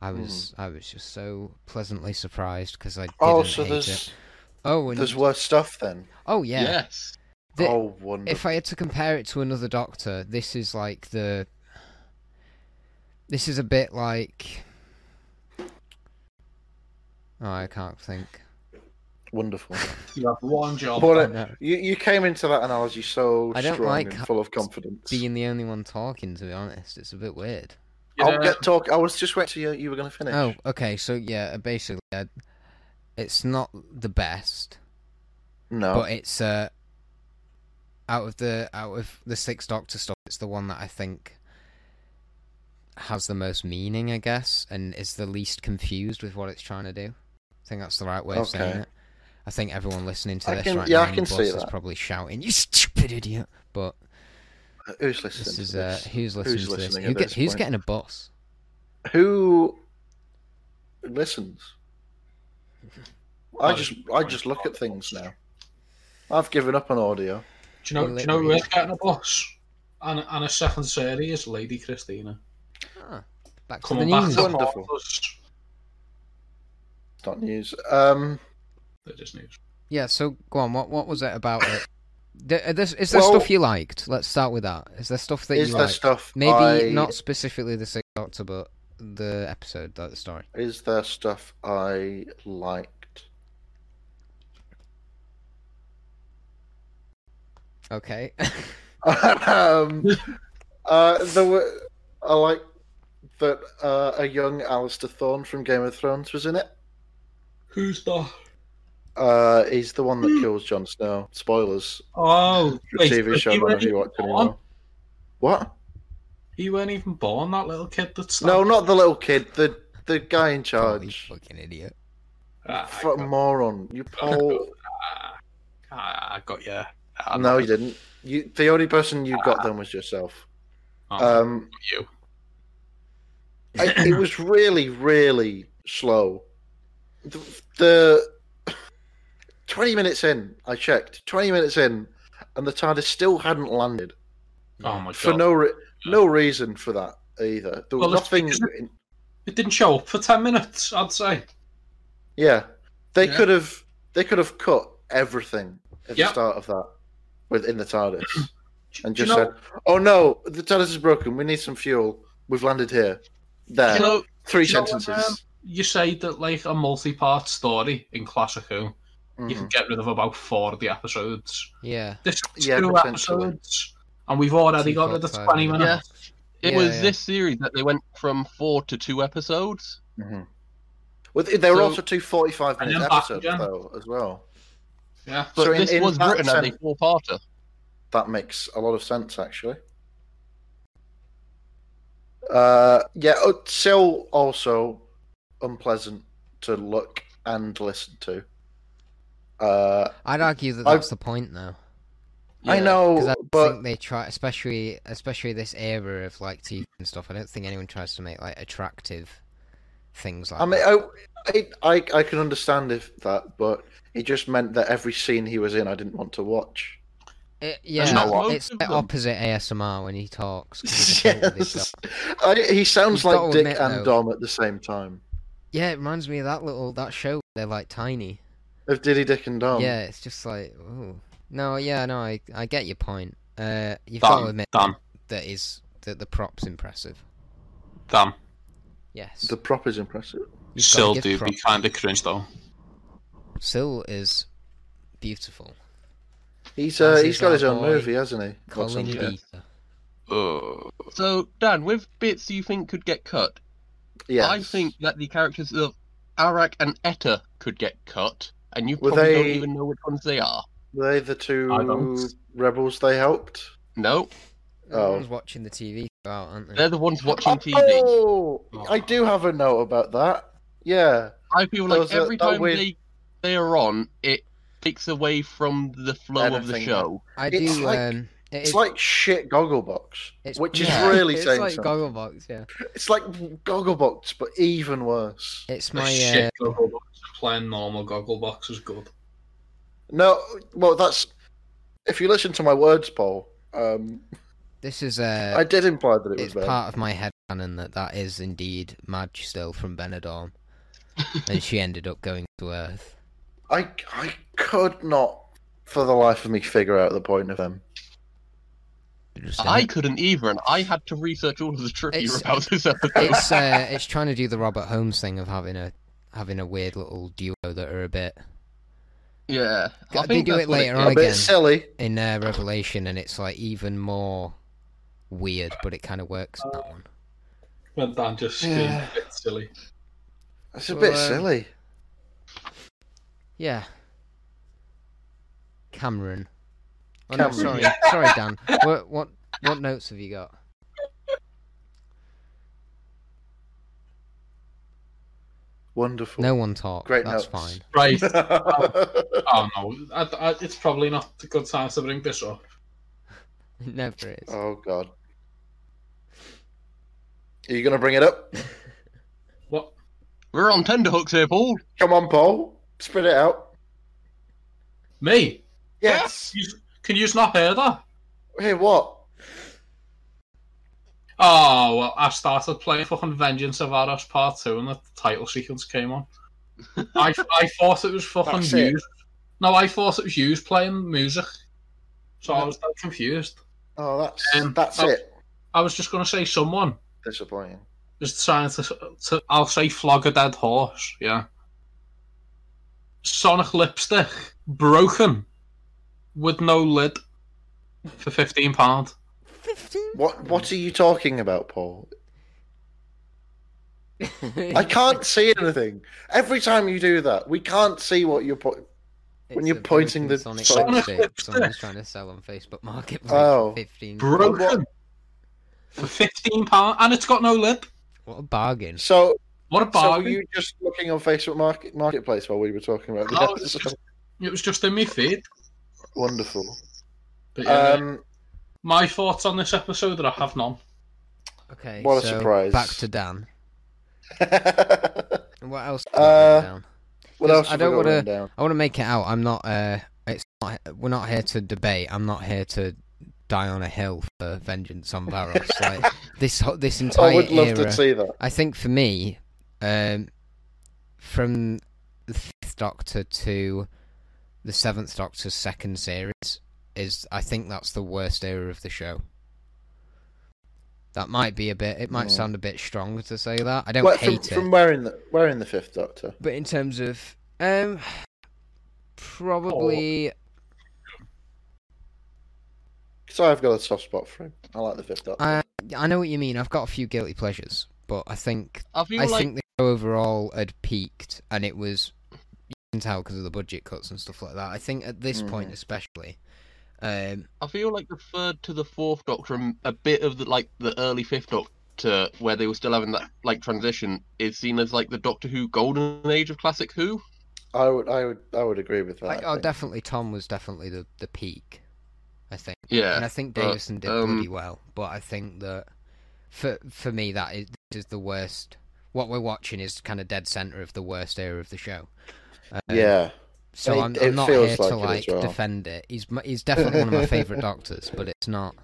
Speaker 2: I was I was just so pleasantly surprised because I didn't
Speaker 4: Mm-hmm. oh, so
Speaker 2: hate it.
Speaker 4: there's
Speaker 2: Oh, and,
Speaker 4: there's worse stuff then.
Speaker 2: oh yeah.
Speaker 3: Yes.
Speaker 2: The-
Speaker 4: oh, wonderful.
Speaker 2: If I had to compare it to another Doctor, this is like the. This is a bit like. Oh, I can't think.
Speaker 4: Wonderful.
Speaker 1: You have one job.
Speaker 4: But
Speaker 2: I know.
Speaker 4: it, you, you came into that analogy
Speaker 2: Oh,
Speaker 4: so
Speaker 2: I don't
Speaker 4: strong
Speaker 2: like
Speaker 4: and full of confidence.
Speaker 2: Being the only one talking, to be honest, it's a bit weird.
Speaker 4: I'll
Speaker 1: Yeah.
Speaker 4: get talk. I was just waiting till you, you were going to finish.
Speaker 2: Oh, okay. So yeah, basically, uh, it's not the best,
Speaker 4: no.
Speaker 2: but it's uh, out of the out of the six Doctor stuff, it's the one that I think has the most meaning, I guess, and is the least confused with what it's trying to do. I think that's the right way of saying
Speaker 4: Okay.
Speaker 2: it. I think everyone listening to
Speaker 4: I
Speaker 2: this
Speaker 4: can-
Speaker 2: right
Speaker 4: yeah,
Speaker 2: now
Speaker 4: I
Speaker 2: on
Speaker 4: can
Speaker 2: the
Speaker 4: see
Speaker 2: bus is
Speaker 4: that.
Speaker 2: probably shouting, "You stupid idiot!" But
Speaker 4: Who's listening?
Speaker 2: this
Speaker 4: to
Speaker 2: is uh, who's listening to this?
Speaker 4: listening
Speaker 2: Who
Speaker 4: at
Speaker 2: get,
Speaker 4: this
Speaker 2: who's
Speaker 4: point?
Speaker 2: getting a bus?
Speaker 4: Who listens? I
Speaker 1: Oh,
Speaker 4: just
Speaker 1: you-
Speaker 4: I just look at things now. I've given up on audio.
Speaker 1: Do you know? Do you know who is getting a bus? And, and a second series, Lady Christina.
Speaker 2: Ah, back to the
Speaker 1: Coming back
Speaker 2: news.
Speaker 1: to
Speaker 4: Wonderful.
Speaker 1: haunt us.
Speaker 4: It's not news. Um,
Speaker 1: They're just news.
Speaker 2: Yeah, so go on. What what was it about it Th- are this- Is there
Speaker 4: Well-
Speaker 2: stuff you liked? Let's start with that. Is there stuff that
Speaker 4: Is
Speaker 2: you
Speaker 4: there
Speaker 2: liked?
Speaker 4: stuff?
Speaker 2: Maybe
Speaker 4: I-
Speaker 2: not specifically the Sixth Doctor, but the episode, the the story.
Speaker 4: Is there stuff I liked?
Speaker 2: Okay.
Speaker 4: um, uh, there were, I like that uh, a young Alistair Thorne from Game of Thrones was in it.
Speaker 1: Who's the?
Speaker 4: Uh, he's the one that kills Jon Snow. Spoilers.
Speaker 1: Oh,
Speaker 4: for
Speaker 1: Hmm. wait,
Speaker 4: TV
Speaker 1: but
Speaker 4: show.
Speaker 1: you
Speaker 4: none
Speaker 1: weren't
Speaker 4: of you
Speaker 1: even
Speaker 4: watch
Speaker 1: born?
Speaker 4: anymore. What?
Speaker 1: You weren't even born, that little kid. That's
Speaker 4: No, not the little kid. The the guy in
Speaker 2: Holy
Speaker 4: charge.
Speaker 2: fucking idiot.
Speaker 1: Ah, I
Speaker 4: Fuck
Speaker 1: got-
Speaker 4: moron. You poor.
Speaker 1: ah, ah, I got you. Ah,
Speaker 4: No, you didn't. You, the only person you got them was yourself.
Speaker 1: oh,
Speaker 4: Um,
Speaker 1: you.
Speaker 4: I, it was really, really slow. The, the twenty minutes in, I checked. Twenty minutes in, and the TARDIS still hadn't landed
Speaker 1: oh my god.
Speaker 4: for no re- no reason for that either. There was
Speaker 1: Well, it's
Speaker 4: nothing.
Speaker 1: because It didn't show up for ten minutes. I'd say.
Speaker 4: Yeah, they
Speaker 1: Yeah.
Speaker 4: could have they could have cut everything at
Speaker 1: Yeah.
Speaker 4: the start of that within the TARDIS
Speaker 1: Do-
Speaker 4: and
Speaker 1: do you
Speaker 4: just
Speaker 1: know-
Speaker 4: said, "Oh no, the TARDIS is broken. We need some fuel. We've landed here." There,
Speaker 1: Do you know-
Speaker 4: three
Speaker 1: do you know when,
Speaker 4: sentences.
Speaker 1: um, you say that like a multi-part story in Classic Who, you
Speaker 4: Mhm.
Speaker 1: can get rid of about four of the episodes.
Speaker 2: Yeah.
Speaker 1: This is
Speaker 4: Yeah,
Speaker 1: two
Speaker 4: potentially.
Speaker 1: episodes, and we've already got rid of
Speaker 2: 2.5
Speaker 1: twenty
Speaker 2: minutes.
Speaker 1: minutes.
Speaker 3: It
Speaker 2: Yeah,
Speaker 3: was
Speaker 2: yeah.
Speaker 3: this series that they went from four to two episodes.
Speaker 4: mm-hmm. Well, th- they were
Speaker 3: So-
Speaker 4: also two 45
Speaker 1: And
Speaker 4: minute
Speaker 1: then back
Speaker 4: episodes,
Speaker 1: again.
Speaker 4: though, as well.
Speaker 1: Yeah.
Speaker 3: But
Speaker 4: So in-
Speaker 3: this
Speaker 4: in
Speaker 3: was
Speaker 4: that
Speaker 3: written as
Speaker 4: sense-
Speaker 3: a four-parter.
Speaker 4: That makes a lot of sense, actually. Uh, yeah, oh, still also unpleasant to look and listen to. Uh,
Speaker 2: I'd argue that
Speaker 4: I-
Speaker 2: that's the point, though.
Speaker 4: I
Speaker 2: Because
Speaker 3: Yeah.
Speaker 2: I
Speaker 4: know, Oh, but
Speaker 2: think they try, especially especially this era of like TV and stuff. I don't think anyone tries to make like attractive things like.
Speaker 4: I mean, uh,
Speaker 2: that.
Speaker 4: I, I, I, I can understand if that, but it just meant that every scene he was in, I didn't want to watch.
Speaker 2: It- yeah,
Speaker 4: not
Speaker 3: loads
Speaker 2: it's
Speaker 3: of
Speaker 2: the
Speaker 3: them.
Speaker 2: opposite ASMR when he talks. 'cause he doesn't really
Speaker 4: yes. I, he sounds
Speaker 2: You've
Speaker 4: like
Speaker 2: gotta
Speaker 4: Dick
Speaker 2: admit,
Speaker 4: and
Speaker 2: though-
Speaker 4: Dom at the same time.
Speaker 2: Yeah, it reminds me of that little that show. They're like tiny.
Speaker 4: Of Diddy, Dick, and Dom.
Speaker 2: yeah, it's just like ooh. No, yeah, no, I I get your point. Uh, you've got to
Speaker 1: Done.
Speaker 2: admit
Speaker 1: Done.
Speaker 2: that is that the props impressive.
Speaker 1: Done.
Speaker 2: Yes,
Speaker 4: The prop is impressive.
Speaker 2: You've gotta
Speaker 1: Still
Speaker 2: give
Speaker 1: do be
Speaker 2: props.
Speaker 1: kind of cringe though.
Speaker 2: Syl is beautiful.
Speaker 4: He's
Speaker 2: As
Speaker 4: uh,
Speaker 2: is
Speaker 4: he's got
Speaker 2: our
Speaker 4: his own
Speaker 2: boy,
Speaker 4: movie, hasn't he? Got
Speaker 2: Colin
Speaker 4: something.
Speaker 2: Beaver.
Speaker 1: Uh,
Speaker 3: So, Dan, with bits you think could get cut,
Speaker 4: yeah,
Speaker 3: I think that the characters of Arak and Etta could get cut, and you
Speaker 4: Were
Speaker 3: probably don't
Speaker 4: they-
Speaker 3: even know which ones they are.
Speaker 4: Were they the
Speaker 1: I don't.
Speaker 4: two rebels they helped.
Speaker 3: No,
Speaker 4: Oh.
Speaker 2: Everyone's watching the TV show out, aren't they?
Speaker 3: they're the ones watching TV.
Speaker 4: Oh, I do have a note about that. Yeah,
Speaker 3: I feel
Speaker 4: That
Speaker 3: like
Speaker 4: was a-
Speaker 3: every
Speaker 4: that
Speaker 3: time
Speaker 4: weird-
Speaker 3: they they are on, it takes away from the flow of the
Speaker 4: Anything.
Speaker 3: show.
Speaker 2: I do.
Speaker 4: It's like-
Speaker 2: um, it
Speaker 4: it's
Speaker 2: is-
Speaker 4: like shit Gogglebox,
Speaker 2: it's-
Speaker 4: which
Speaker 2: yeah,
Speaker 4: is really Oh,
Speaker 2: it's
Speaker 4: saying
Speaker 2: like
Speaker 4: something.
Speaker 2: Gogglebox. Yeah,
Speaker 4: it's like Gogglebox, but even worse.
Speaker 2: it's
Speaker 1: my
Speaker 2: my.
Speaker 1: shit
Speaker 2: Uh,
Speaker 1: goggle box. Playing normal goggle box is good.
Speaker 4: No, well, that's if you listen to my words, Paul. Um,
Speaker 2: this is uh,
Speaker 4: I did imply that it was
Speaker 2: it's
Speaker 4: bad.
Speaker 2: part of my head canon that that is indeed Madge still from Benidorm, and she ended up going to Earth.
Speaker 4: I I could not, for the life of me, figure out the point of them.
Speaker 2: Just uh,
Speaker 3: I
Speaker 2: in-
Speaker 3: couldn't either, and I had to research all of the trivia
Speaker 2: It's-
Speaker 3: about this episode.
Speaker 2: it's uh, it's trying to do the Robert Holmes thing of having a having a weird little duo that are a bit
Speaker 3: yeah, I
Speaker 2: they
Speaker 3: think
Speaker 2: do
Speaker 3: that's
Speaker 2: it
Speaker 3: what
Speaker 2: later
Speaker 3: is.
Speaker 2: on
Speaker 4: a bit
Speaker 2: again
Speaker 4: silly.
Speaker 2: in uh, Revelation, and it's like even more weird, but it kind of works. in that one.
Speaker 1: Went down just
Speaker 4: Yeah.
Speaker 1: yeah. bit silly.
Speaker 4: It's a
Speaker 2: So,
Speaker 4: bit
Speaker 2: um,
Speaker 4: silly.
Speaker 2: Yeah. Cameron. Oh, no,
Speaker 4: Cameron.
Speaker 2: sorry, sorry, Dan. What what what notes have you got?
Speaker 4: Wonderful.
Speaker 2: No one talk.
Speaker 4: Great
Speaker 2: That's
Speaker 4: notes.
Speaker 2: fine.
Speaker 1: Right. oh no, I, I, it's probably not a good time to bring this up.
Speaker 2: It Never is.
Speaker 4: oh god. Are you gonna bring it up?
Speaker 1: What?
Speaker 3: We're on tenderhooks here, Paul.
Speaker 4: Come on, Paul. Spit it out.
Speaker 1: Me?
Speaker 4: Yes.
Speaker 1: Can you not hear that?
Speaker 4: Hey, what?
Speaker 1: Oh, well, I started playing fucking Vengeance of Aros Part 2 and the title sequence came on. I, I thought it was fucking
Speaker 4: That's it.
Speaker 1: used. No, I thought it was used playing music. So I was like, confused.
Speaker 4: Oh, that's
Speaker 1: Um,
Speaker 4: that's
Speaker 1: oh.
Speaker 4: it.
Speaker 1: I was just going to say someone
Speaker 4: Disappointing.
Speaker 1: was trying to, to, I'll say, flog a dead horse. Yeah. Sonic lipstick, broken, with no lid, for fifteen pound.
Speaker 2: Fifteen.
Speaker 4: What What are you talking about, Paul? I can't see anything. Every time you do that, we can't see what you're. Po- when
Speaker 2: It's
Speaker 4: you're
Speaker 2: the
Speaker 4: pointing
Speaker 2: broken
Speaker 4: the
Speaker 2: Sonic
Speaker 4: Sonic
Speaker 2: lipstick
Speaker 1: lipstick.
Speaker 2: someone's trying to sell on Facebook Marketplace.
Speaker 4: Oh.
Speaker 2: for fifteen.
Speaker 1: Broken for fifteen pound, and it's got no lid.
Speaker 2: What a bargain!
Speaker 4: so,
Speaker 1: What a
Speaker 4: so were
Speaker 1: bargain!
Speaker 4: you just looking on Facebook market, Marketplace while we were talking about
Speaker 1: No,
Speaker 4: this?
Speaker 1: it's just- It was just in my feed.
Speaker 4: Wonderful.
Speaker 1: But yeah,
Speaker 4: Um,
Speaker 1: my thoughts on this episode that I have none.
Speaker 2: Okay,
Speaker 4: What a
Speaker 2: so
Speaker 4: surprise.
Speaker 2: Back to Dan.
Speaker 4: what
Speaker 2: And What else?
Speaker 4: Uh,
Speaker 2: Dan?
Speaker 4: else?
Speaker 2: I
Speaker 4: have we
Speaker 2: don't
Speaker 4: got
Speaker 2: wanna-
Speaker 4: written down?
Speaker 2: I want to make it out. I'm not. Uh, it's not. We're not here to debate. I'm not here to die on a hill for vengeance on Barros. like this. ho- This entire
Speaker 4: I would Oh, love
Speaker 2: era.
Speaker 4: to see that.
Speaker 2: I think for me, um, from the fifth Doctor to the seventh Doctor's second series is, I think that's the worst era of the show. That might be a bit. It might
Speaker 4: Mm.
Speaker 2: sound a bit strong to say that. I don't
Speaker 4: Where- from,
Speaker 2: hate it.
Speaker 4: from where in the where in the Fifth Doctor?
Speaker 2: But in terms of, um, probably
Speaker 4: Because I've got a soft spot for him. I like the Fifth Doctor.
Speaker 2: I I know what you mean. I've got a few guilty pleasures, but I think
Speaker 3: I feel
Speaker 2: I
Speaker 3: like
Speaker 2: think the show overall had peaked, and it was you can tell because of the budget cuts and stuff like that. I think at this
Speaker 3: Mm-hmm.
Speaker 2: point, especially, um,
Speaker 3: I feel like the third to the fourth Doctor, and a bit of the like the early fifth Doctor, where they were still having that like transition, is seen as like the Doctor Who golden age of classic Who.
Speaker 4: I would, I would, I would agree with that.
Speaker 2: like,
Speaker 4: I
Speaker 2: oh,
Speaker 4: think.
Speaker 2: definitely Tom was definitely the the peak. I think, and
Speaker 3: Yeah,
Speaker 2: I think
Speaker 3: but,
Speaker 2: Davison did
Speaker 3: um,
Speaker 2: pretty well, but I think that for for me that is this is the worst. What we're watching is kind of dead center of the worst era of the show. Um,
Speaker 4: yeah.
Speaker 2: So
Speaker 4: It-
Speaker 2: I'm,
Speaker 4: it
Speaker 2: I'm not
Speaker 4: feels
Speaker 2: here
Speaker 4: like
Speaker 2: to
Speaker 4: it as
Speaker 2: like
Speaker 4: well.
Speaker 2: defend it. He's m- he's definitely one of my favorite doctors, but it's not.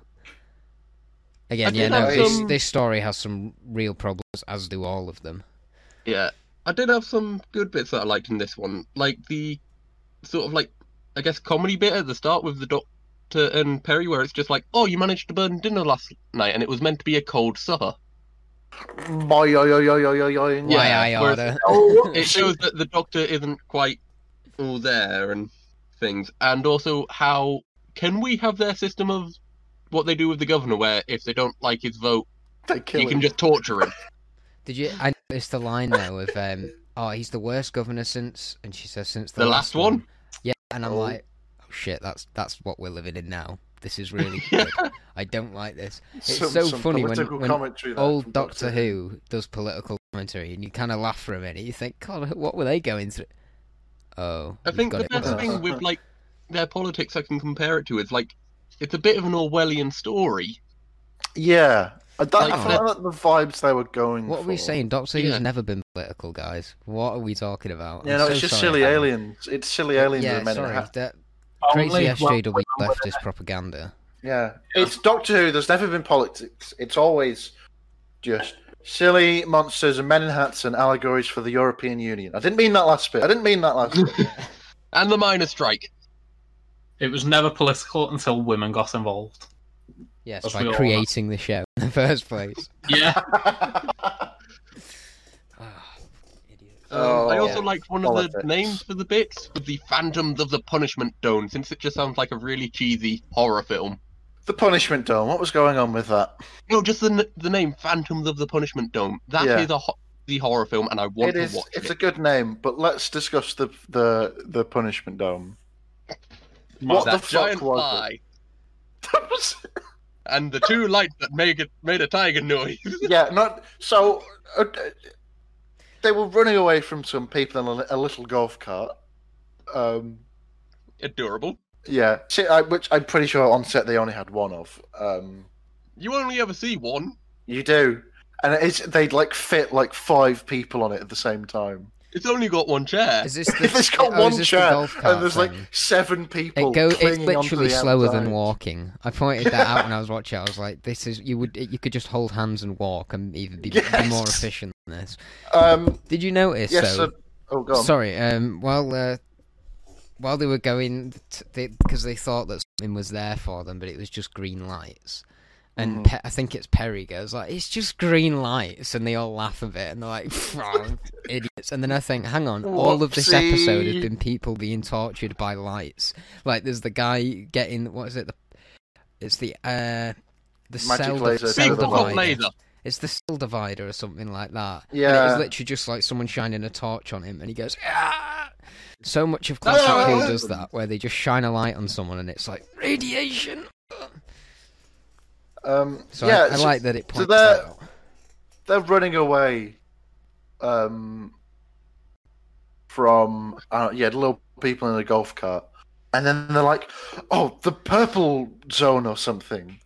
Speaker 2: Again,
Speaker 3: I
Speaker 2: yeah,
Speaker 3: think
Speaker 2: no.
Speaker 3: that's,
Speaker 2: This,
Speaker 3: um,
Speaker 2: this story has some real problems, as do all of them.
Speaker 3: yeah. I did have some good bits that I liked in this one, like the sort of like I guess comedy bit at the start with the Doctor and Perry, where it's just like, oh, you managed to burn dinner last night, and it was meant to be a cold supper.
Speaker 4: Boy, yo, yo, yo, yo, yo, yo.
Speaker 2: Why
Speaker 3: Yeah,
Speaker 2: I
Speaker 3: whereas-
Speaker 2: order?
Speaker 3: it shows that the doctor isn't quite all there and things and also how can we have their system of what they do with the governor where if they don't like his vote
Speaker 4: They kill
Speaker 3: you
Speaker 4: him.
Speaker 3: can just torture him
Speaker 2: Did you? I noticed the line though of, um, "Oh, he's the worst governor since," and she says, "Since the,
Speaker 3: The last one."
Speaker 2: Yeah, and I'm
Speaker 4: Oh.
Speaker 2: like, "Oh shit, that's that's what we're living in now. This is really
Speaker 3: Yeah.
Speaker 2: good. I don't like this." It's so funny when-
Speaker 4: political
Speaker 2: when
Speaker 4: commentary there
Speaker 2: old
Speaker 4: from
Speaker 2: Doctor Who does political commentary, and you kind of laugh for a minute. You think, God, what were they going through? Oh,
Speaker 3: i
Speaker 2: you've
Speaker 3: think
Speaker 2: got
Speaker 3: the
Speaker 2: it
Speaker 3: best
Speaker 4: right.
Speaker 2: worse.
Speaker 3: thing with like their politics i can compare it to is like it's a bit of an orwellian story
Speaker 4: Yeah, I, that,
Speaker 3: Like
Speaker 4: I felt like the vibes they were going.
Speaker 2: oh. What are we
Speaker 4: for.
Speaker 2: saying? Doctor Who's
Speaker 3: Yeah.
Speaker 2: never been political, guys. What are we talking about?
Speaker 4: Yeah,
Speaker 2: I'm
Speaker 4: no,
Speaker 2: so
Speaker 4: it's just
Speaker 2: sorry,
Speaker 4: silly
Speaker 2: Hannah.
Speaker 4: aliens. It's silly aliens that
Speaker 2: Yeah,
Speaker 4: are men in
Speaker 2: sorry.
Speaker 4: hats.
Speaker 2: That
Speaker 1: Only
Speaker 2: crazy
Speaker 1: one
Speaker 2: SJW
Speaker 1: woman with
Speaker 2: leftist propaganda.
Speaker 4: Yeah, it's Doctor Who. There's never been politics. It's always just silly monsters and men in hats and allegories for the European Union. I didn't mean that last bit. I didn't mean that last bit.
Speaker 3: and the minor strike
Speaker 1: It was never political until women got involved.
Speaker 2: Yes,
Speaker 1: That's
Speaker 2: by
Speaker 1: we all
Speaker 2: creating the show in the first place.
Speaker 1: Yeah,
Speaker 2: Ah, idiot.
Speaker 3: Um,
Speaker 4: Oh,
Speaker 3: I also
Speaker 4: yeah.
Speaker 3: liked one of the
Speaker 4: Politics.
Speaker 3: names for the bits with the Phantoms of the Punishment Dome, since it just sounds like a really cheesy horror film.
Speaker 4: the Punishment Dome. What was going on with that?
Speaker 3: No, just the n- the name Phantoms of the Punishment Dome. That is
Speaker 4: Yeah.
Speaker 3: a ho- the horror film, and I want
Speaker 4: It
Speaker 3: to
Speaker 4: is.
Speaker 3: watch
Speaker 4: It's
Speaker 3: it.
Speaker 4: a good name, but let's discuss the the the Punishment Dome.
Speaker 3: It's
Speaker 4: what the
Speaker 3: that
Speaker 4: fuck
Speaker 3: giant
Speaker 4: was it?
Speaker 3: pie and the two lights that make it made a tiger noise.
Speaker 4: yeah, not so. Uh, they were running away from some people in a, a little golf cart. Um,
Speaker 3: Adorable.
Speaker 4: yeah, see, I, which I'm pretty sure on set they only had one of. Um,
Speaker 3: You only ever see one.
Speaker 4: you do, and it's they'd like fit like five people on it at the same time.
Speaker 3: It's only got one chair.
Speaker 2: Is this the,
Speaker 4: Uh, If it's got
Speaker 2: oh, is
Speaker 4: one
Speaker 2: this the
Speaker 4: chair
Speaker 2: golf cart
Speaker 4: and there's
Speaker 2: thing?
Speaker 4: like seven people,
Speaker 2: It go, it's
Speaker 4: clinging onto
Speaker 2: literally
Speaker 4: the
Speaker 2: slower
Speaker 4: outside.
Speaker 2: than walking. I pointed that out when I was watching. it. I was like, "This is you would you could just hold hands and walk and even be, be more
Speaker 4: Yes.
Speaker 2: efficient than this."
Speaker 4: Um,
Speaker 2: Did you notice?
Speaker 4: yes.
Speaker 2: though,
Speaker 4: so- oh god.
Speaker 2: sorry. Um, while uh, while they were going, because they, 'cause they thought that something was there for them, but it was just green lights. And
Speaker 4: Mm-hmm.
Speaker 2: Pe- I think it's Perry goes like, "It's just green lights," and they all laugh a bit, and they're like, "Pfft, "Idiots!" And then I think, "Hang on, all of this episode has
Speaker 4: Whoopsie.
Speaker 2: been people being tortured by lights. Like, there's the guy getting what is it? The, it's the uh, the
Speaker 4: Magic
Speaker 2: cell,
Speaker 4: laser
Speaker 2: cell
Speaker 4: Silver
Speaker 3: Big hot
Speaker 4: divider.
Speaker 2: divider.
Speaker 3: laser.
Speaker 2: It's the cell divider or something like that. And it
Speaker 4: Yeah.
Speaker 2: was literally just like someone shining a torch on him, and he goes, ah! So much of classic
Speaker 4: no,
Speaker 2: Who
Speaker 4: no.
Speaker 2: does that, where they just shine a light on someone and it's like, radiation!
Speaker 4: Um,
Speaker 2: So
Speaker 4: yeah,
Speaker 2: I, I
Speaker 4: so
Speaker 2: like that it points
Speaker 4: they're-
Speaker 2: that out.
Speaker 4: they're running away um, from uh, yeah, the little people in a golf cart, and then they're like, "Oh, the purple zone or something.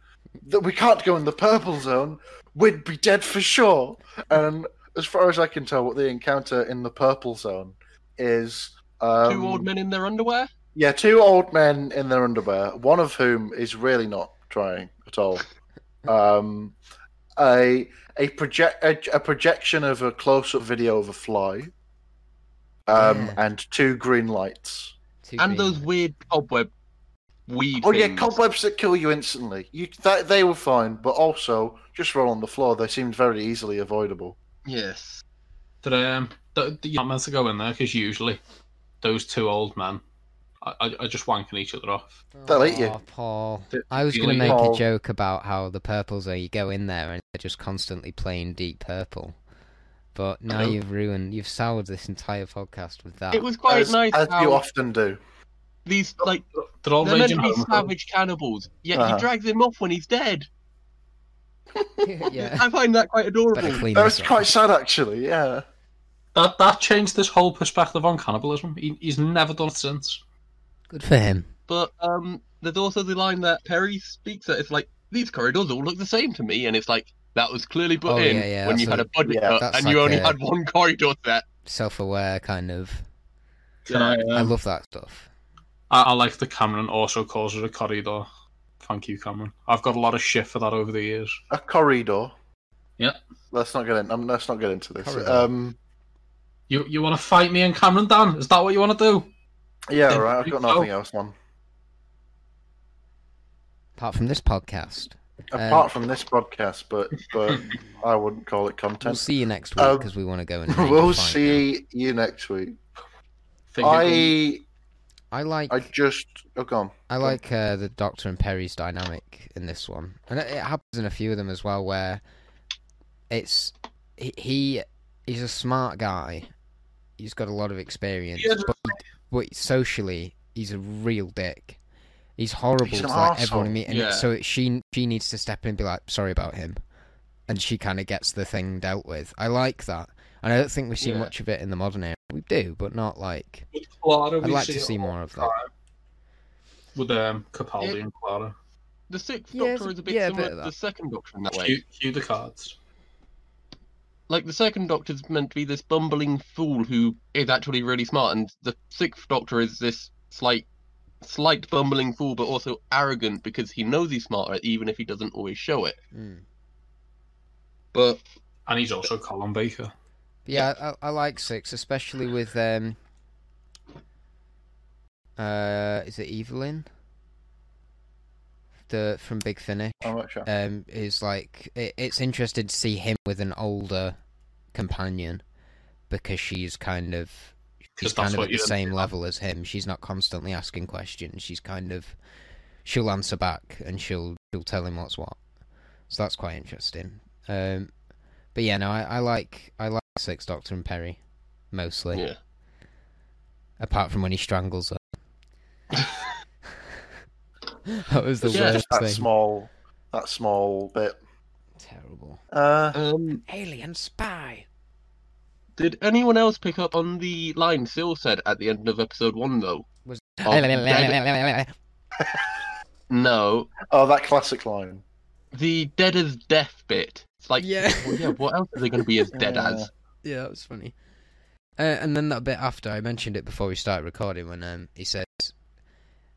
Speaker 4: That we can't go in the purple zone. We'd be dead for sure." And as far as I can tell, what they encounter in the purple zone is um,
Speaker 3: Two old men in their underwear.
Speaker 4: Yeah, two old men in their underwear, one of whom is really not trying at all. Um, a a project a, a projection of a close up video of a fly, um,
Speaker 2: Yeah.
Speaker 4: and two green lights.
Speaker 2: Two
Speaker 3: and
Speaker 2: green
Speaker 3: those
Speaker 2: lights.
Speaker 3: weird cobweb weed.
Speaker 4: Oh yeah,
Speaker 3: things.
Speaker 4: cobwebs that kill you instantly. You that, they were fine, but also just roll on the floor. They seemed very easily avoidable.
Speaker 3: Yes.
Speaker 1: That um, that, that you're not meant to go in there because usually those two old men are, are, are just wanking each other off.
Speaker 4: They'll eat you.
Speaker 2: Aw, "Oh, Paul.
Speaker 1: They'll
Speaker 2: I was
Speaker 1: eat
Speaker 2: going to
Speaker 1: you.
Speaker 2: make
Speaker 4: Paul.
Speaker 2: a joke about how the purples are, you go in there and they're just constantly playing Deep Purple. But now
Speaker 1: Hello.
Speaker 2: you've ruined, you've soured this entire podcast with that.
Speaker 3: It was quite
Speaker 4: as,
Speaker 3: nice
Speaker 4: as
Speaker 3: how
Speaker 4: you often do.
Speaker 3: these like
Speaker 1: They're all
Speaker 3: they're meant
Speaker 1: raging
Speaker 3: to be
Speaker 1: home.
Speaker 3: savage cannibals, yet
Speaker 4: Uh-huh.
Speaker 3: he drags him off when he's dead.
Speaker 2: yeah.
Speaker 3: I find that quite adorable.
Speaker 2: Better clean
Speaker 4: Hmm. That
Speaker 2: this
Speaker 4: was
Speaker 2: up.
Speaker 4: quite sad actually. Yeah.
Speaker 1: That that changed this whole perspective on cannibalism. He, he's never done it since.
Speaker 2: Good for him.
Speaker 3: But um, there's also the line that Perry speaks that it's like these corridors all look the same to me, and it's like that was clearly put
Speaker 2: Oh,
Speaker 3: in
Speaker 2: yeah, yeah,
Speaker 3: when you had a
Speaker 2: that's
Speaker 3: budget
Speaker 4: yeah,
Speaker 3: cut
Speaker 2: that's
Speaker 3: and you
Speaker 2: like
Speaker 3: only
Speaker 2: a-
Speaker 3: had one corridor set.
Speaker 2: Self-aware kind of.
Speaker 1: Can I,
Speaker 2: I
Speaker 1: um,
Speaker 2: love that stuff.
Speaker 1: I, I like that Cameron also calls it a corridor. Thank you, Cameron. I've got a lot of shit for that over the years.
Speaker 4: a corridor.
Speaker 1: Yeah.
Speaker 4: Let's not get in. Um, let's not get into this.
Speaker 2: Corridor.
Speaker 4: Um.
Speaker 1: You you want to fight me and Cameron, Dan? Is that what you want to do?
Speaker 4: Yeah.
Speaker 1: Then
Speaker 4: all right. I've
Speaker 1: we
Speaker 4: got
Speaker 1: go.
Speaker 4: nothing else, man.
Speaker 2: Apart from this podcast. Um,
Speaker 4: Apart from this podcast, but but I wouldn't call it
Speaker 2: We'll
Speaker 4: content.
Speaker 2: see you next week
Speaker 4: Um,
Speaker 2: because we want to go and.
Speaker 4: We'll,
Speaker 2: read and find out.
Speaker 4: see you next week.
Speaker 1: Think it-
Speaker 4: I
Speaker 2: I like
Speaker 4: I
Speaker 2: I,
Speaker 4: just oh gone.
Speaker 2: like uh, the Doctor and Perry's dynamic in this one, and it, it happens in a few of them as well, where it's he, he he's a smart guy, he's got a lot of experience,
Speaker 1: He is.
Speaker 2: but, but socially he's a real dick. He's horrible
Speaker 4: He's
Speaker 2: to
Speaker 4: an
Speaker 2: like, everyone.
Speaker 4: arsehole.
Speaker 2: in it, And
Speaker 3: Yeah.
Speaker 2: so it, she she needs to step in and be like, sorry about him, and she kind of gets the thing dealt with. I like that, and I don't think we see
Speaker 3: Yeah.
Speaker 2: much of it in the modern era. We do, but not like
Speaker 1: With Clara,
Speaker 2: I'd
Speaker 1: we
Speaker 2: like to
Speaker 1: it
Speaker 2: see more of that.
Speaker 1: time. with um, Capaldi
Speaker 3: It-
Speaker 1: and Clara.
Speaker 3: The sixth
Speaker 2: Yeah,
Speaker 3: Doctor is a bit
Speaker 2: yeah, a
Speaker 3: similar
Speaker 2: bit of
Speaker 3: to
Speaker 2: that.
Speaker 3: the second Doctor in that way.
Speaker 1: Cue, cue the cards.
Speaker 3: Like the second Doctor's meant to be this bumbling fool who is actually really smart, and the sixth Doctor is this slight, slight bumbling fool, but also arrogant because he knows he's smarter, even if he doesn't always show it.
Speaker 2: Mm.
Speaker 3: But
Speaker 1: And he's also Colin Baker.
Speaker 2: Yeah, I, I like six, especially with um. Uh, is it Evelyn? The from Big Finish.
Speaker 4: I'm not sure.
Speaker 2: um, is like it, it's interesting to see him with an older companion because she's kind of
Speaker 1: 'Cause
Speaker 2: she's kind
Speaker 1: that's
Speaker 2: of
Speaker 1: what
Speaker 2: at the
Speaker 1: you-
Speaker 2: same level as him. She's not constantly asking questions. She's kind of she'll answer back and she'll she'll tell him what's what. So that's quite interesting. Um, but yeah, no, I, I like I like Six Doctor and Perry mostly.
Speaker 3: yeah,
Speaker 2: Apart from when he strangles her. that was the
Speaker 4: It's
Speaker 3: Yeah.
Speaker 2: worst
Speaker 4: just that
Speaker 2: thing.
Speaker 4: small that small bit.
Speaker 2: Terrible.
Speaker 4: Uh,
Speaker 3: um,
Speaker 2: Alien spy.
Speaker 3: did anyone else pick up on the line Phil said at the end of episode one though?
Speaker 2: Was-
Speaker 3: Of dead- no,
Speaker 4: oh, that classic line.
Speaker 3: the dead as death bit. It's like
Speaker 2: yeah.
Speaker 3: well, yeah, what else are they going to be as dead
Speaker 4: Yeah.
Speaker 3: as?
Speaker 2: Yeah, that was funny. Uh, and then that bit after, I mentioned it before we started recording when um, he says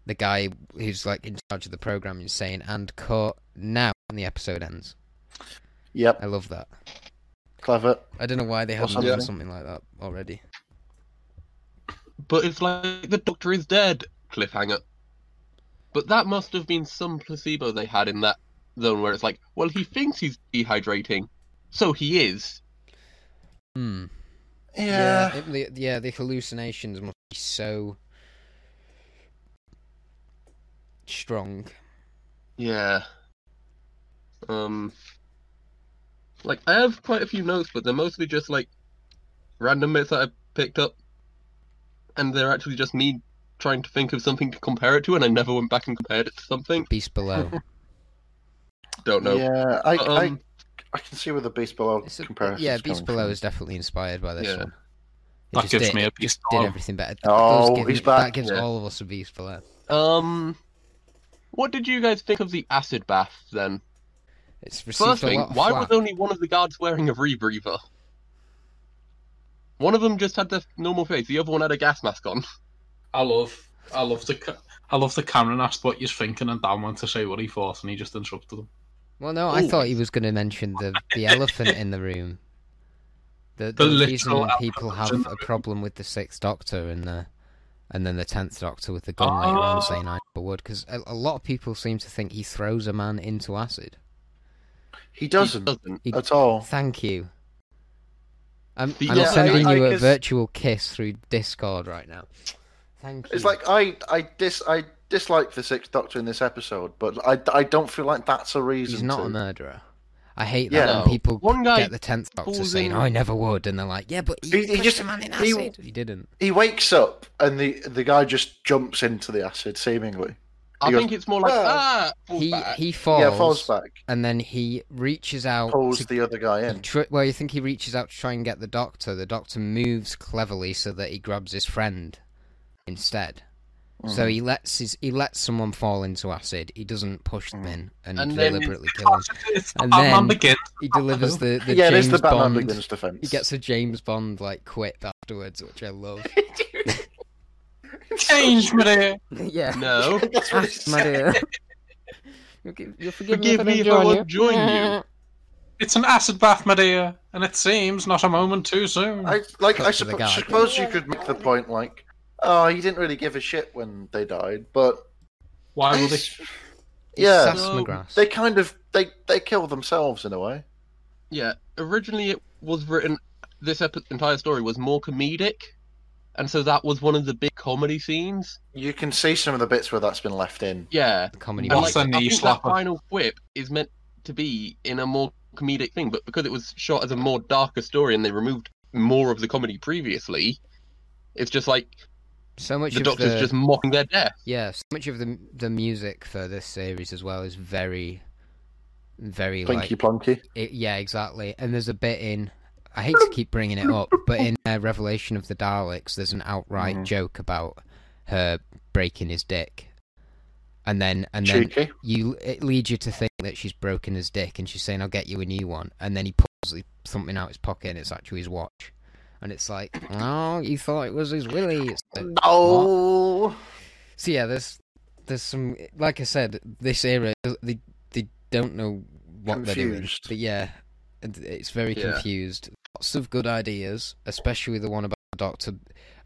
Speaker 2: the guy who's like in charge of the programming is saying and cut now and the episode ends.
Speaker 4: Yep,
Speaker 2: I love that.
Speaker 4: clever.
Speaker 2: I don't know why they
Speaker 4: Or
Speaker 2: haven't done
Speaker 4: something.
Speaker 2: something like that already.
Speaker 3: But it's like the Doctor is dead cliffhanger. But that must have been some placebo they had in that zone where it's like, well, he thinks he's dehydrating, so he is.
Speaker 2: Hmm.
Speaker 4: Yeah.
Speaker 2: it- the- yeah, the hallucinations must be so strong.
Speaker 3: Yeah. Um. Like I have quite a few notes, but they're mostly just like random bits that I picked up, and they're actually just me trying to think of something to compare it to, and I never went back and compared it to something.
Speaker 2: Beast below.
Speaker 3: Don't know.
Speaker 4: Yeah, I,
Speaker 3: But,
Speaker 4: I,
Speaker 3: um,
Speaker 4: I can see where the Beast Below
Speaker 2: It's a-
Speaker 4: comparison.
Speaker 2: yeah, Beast Below is definitely inspired by this
Speaker 3: Yeah.
Speaker 2: one. It
Speaker 1: That
Speaker 2: just
Speaker 1: gives
Speaker 2: did,
Speaker 1: me a
Speaker 2: it
Speaker 1: Beast
Speaker 2: just did
Speaker 1: Below.
Speaker 2: everything better. That
Speaker 4: Oh,
Speaker 2: does give
Speaker 4: he's
Speaker 2: me-
Speaker 4: back.
Speaker 2: That gives
Speaker 3: Yeah.
Speaker 2: all of us a Beast Below.
Speaker 3: Um. What did you guys think of the acid bath then?
Speaker 2: It's received
Speaker 3: First
Speaker 2: a
Speaker 3: thing,
Speaker 2: lot of
Speaker 3: why
Speaker 2: flack.
Speaker 3: was only one of the guards wearing a rebreather? One of them just had their normal face. The other one had a gas mask on.
Speaker 1: I love, I love the, ca- I love the Cameron asked what you're thinking, and Dan went to say what he thought, and he just interrupted him.
Speaker 2: Well, no, I
Speaker 3: Ooh.
Speaker 2: thought he was going to mention the the elephant in the room. The,
Speaker 1: The
Speaker 2: the,
Speaker 1: literal
Speaker 2: reason people
Speaker 1: elephant
Speaker 2: have
Speaker 1: in the
Speaker 2: a problem with the sixth Doctor and the and then the tenth Doctor with the gun later
Speaker 1: Ah.
Speaker 2: on saying I never would because a, a lot of people seem to think he throws a man into acid.
Speaker 4: He
Speaker 3: He
Speaker 4: doesn't
Speaker 3: doesn't.
Speaker 4: at all.
Speaker 2: Thank you. I'm,
Speaker 3: The-
Speaker 2: I'm
Speaker 3: Yeah, I-
Speaker 2: sending
Speaker 4: I
Speaker 2: you a
Speaker 4: guess-
Speaker 2: virtual kiss through Discord right now. Thank you.
Speaker 4: It's like I, I dis, I dislike the Sixth Doctor in this episode, but I, I don't feel like that's a reason.
Speaker 2: he's not
Speaker 4: to.
Speaker 2: a murderer. I hate that
Speaker 4: Yeah.
Speaker 2: when people
Speaker 3: One guy
Speaker 2: get the tenth Doctor
Speaker 3: pulls
Speaker 2: saying
Speaker 3: in-
Speaker 2: I never would, and they're like, yeah, but he,
Speaker 4: He- he
Speaker 2: pushed
Speaker 4: just-
Speaker 2: a man in
Speaker 4: he-
Speaker 2: acid. he didn't.
Speaker 4: He wakes up and the the guy just jumps into the acid, seemingly.
Speaker 3: I
Speaker 4: He goes,
Speaker 3: think it's more like
Speaker 4: "Well,
Speaker 3: ah, falls
Speaker 2: he
Speaker 3: back."
Speaker 2: he falls,
Speaker 4: Yeah, falls back,
Speaker 2: and then he reaches out.
Speaker 4: pulls
Speaker 2: to-
Speaker 4: the other guy
Speaker 2: he
Speaker 4: in.
Speaker 2: tr- well, you think he reaches out to try and get the doctor. The doctor moves cleverly so that he grabs his friend instead.
Speaker 4: Mm.
Speaker 2: So he lets his he lets someone fall into acid. He doesn't push them in and,
Speaker 3: And then-
Speaker 2: deliberately kill them.
Speaker 1: It's the
Speaker 2: Mm. And
Speaker 1: Batman
Speaker 2: then-
Speaker 1: Begins.
Speaker 2: He delivers the, the
Speaker 4: yeah,
Speaker 2: James
Speaker 4: it is the Batman
Speaker 2: Bond.
Speaker 4: Begins defense.
Speaker 2: He gets a James Bond like quip afterwards, which I love.
Speaker 1: Change my day.
Speaker 2: yeah.
Speaker 3: No.
Speaker 4: That's what he
Speaker 2: Ask, my
Speaker 4: said.
Speaker 2: dear. You'll, give, you'll forgive,
Speaker 3: Forgive me
Speaker 2: me
Speaker 3: if
Speaker 2: if
Speaker 3: I
Speaker 2: I don't
Speaker 3: won't join you.
Speaker 1: It's an acid bath, my dear, and it seems not a moment too soon.
Speaker 4: I like.
Speaker 2: Cut
Speaker 4: I
Speaker 2: to the
Speaker 4: suppo-
Speaker 2: guy.
Speaker 4: suppose you could make the point like, oh, he didn't really give a shit when they died, but
Speaker 1: Why would he?
Speaker 4: It's- yeah,
Speaker 2: Sass
Speaker 3: No,
Speaker 2: McGrath.
Speaker 4: they kind of they they kill themselves in a way.
Speaker 3: Yeah, originally it was written. This epi- entire story was more comedic, and so that was one of the big comedy scenes.
Speaker 4: You can see some of the bits where that's been left in.
Speaker 3: Yeah,
Speaker 2: Comedy.
Speaker 3: and
Speaker 1: What's
Speaker 2: bit.
Speaker 1: a
Speaker 3: I
Speaker 1: knee
Speaker 3: think that
Speaker 1: slapper?
Speaker 3: final quip is meant to be in a more comedic thing, but because it was shot as a more darker story and they removed more of the comedy previously, it's just like
Speaker 2: so much
Speaker 3: the
Speaker 2: of
Speaker 3: doctor's
Speaker 2: the
Speaker 3: just mocking their death.
Speaker 2: Yeah, so much of the the music for this series as well is very, very
Speaker 4: Plinky
Speaker 2: like
Speaker 4: plonky.
Speaker 2: it, yeah, exactly. And there's a bit in I hate to keep bringing it up, but in uh, Revelation of the Daleks, there's an outright
Speaker 4: Mhm.
Speaker 2: joke about her breaking his dick, and then and then
Speaker 4: Cheeky.
Speaker 2: you it leads you to think that she's broken his dick, and she's saying I'll get you a new one, and then he pulls the- something out his pocket, and it's actually his watch, and it's like, oh, you thought it was his willy. It's like,
Speaker 4: Oh.
Speaker 2: so yeah, there's there's some like I said, this era they they don't know what they're doing.
Speaker 4: Confused.
Speaker 2: But yeah, it- it's very
Speaker 3: Yeah.
Speaker 2: confused. Lots of good ideas, especially the one about the Doctor.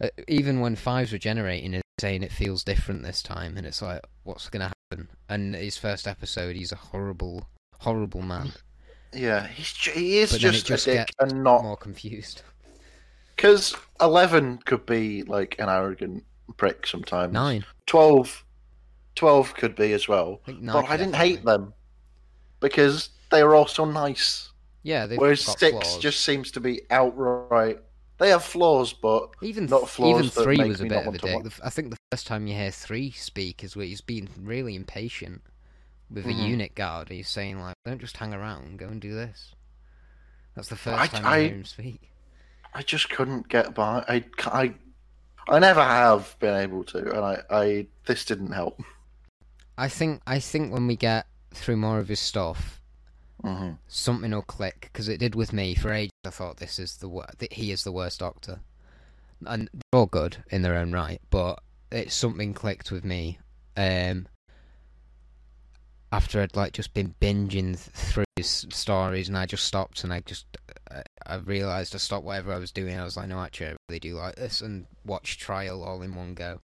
Speaker 2: Uh, even when Fives were generating and saying it feels different this time, and it's like, what's going to happen? And his first episode, he's a horrible, horrible man.
Speaker 4: Yeah, he's ju- he is
Speaker 2: But then it
Speaker 4: just,
Speaker 2: just
Speaker 4: a dick
Speaker 2: gets
Speaker 4: and not
Speaker 2: More confused.
Speaker 4: because eleven could be like an arrogant prick sometimes.
Speaker 2: Nine.
Speaker 4: 12, 12 could be as well.
Speaker 2: I think nine.
Speaker 4: But Oh, I didn't hate
Speaker 2: definitely.
Speaker 4: them because they were also nice.
Speaker 2: Yeah, they've
Speaker 4: Whereas
Speaker 2: got
Speaker 4: six
Speaker 2: flaws.
Speaker 4: just seems to be outright. They have flaws, but
Speaker 2: Even
Speaker 4: not
Speaker 2: th-
Speaker 4: flaws
Speaker 2: even
Speaker 4: that
Speaker 2: three
Speaker 4: make
Speaker 2: was a
Speaker 4: me
Speaker 2: bit
Speaker 4: not
Speaker 2: of a
Speaker 4: want to
Speaker 2: dick.
Speaker 4: watch.
Speaker 2: The f- I think the first time you hear three speak is where he's being really impatient with a
Speaker 4: Mhm.
Speaker 2: unit guard. He's saying like, "Don't just hang around, go and do this." That's the first
Speaker 4: I-
Speaker 2: time
Speaker 4: I-
Speaker 2: you hear him speak.
Speaker 4: I just couldn't get by. I, ca- I, I never have been able to, and I, I this didn't help.
Speaker 2: I think I think when we get through more of his stuff,
Speaker 4: hmm
Speaker 2: something will click because it did with me for ages. I thought this is the wor- that he is the worst Doctor, and they're all good in their own right, but it's something clicked with me. Um, after I'd like just been binging th- through his stories, and I just stopped and I just I, I realized I stopped whatever I was doing. I was like, no, actually, I really do like this, and watched Trial all in one go.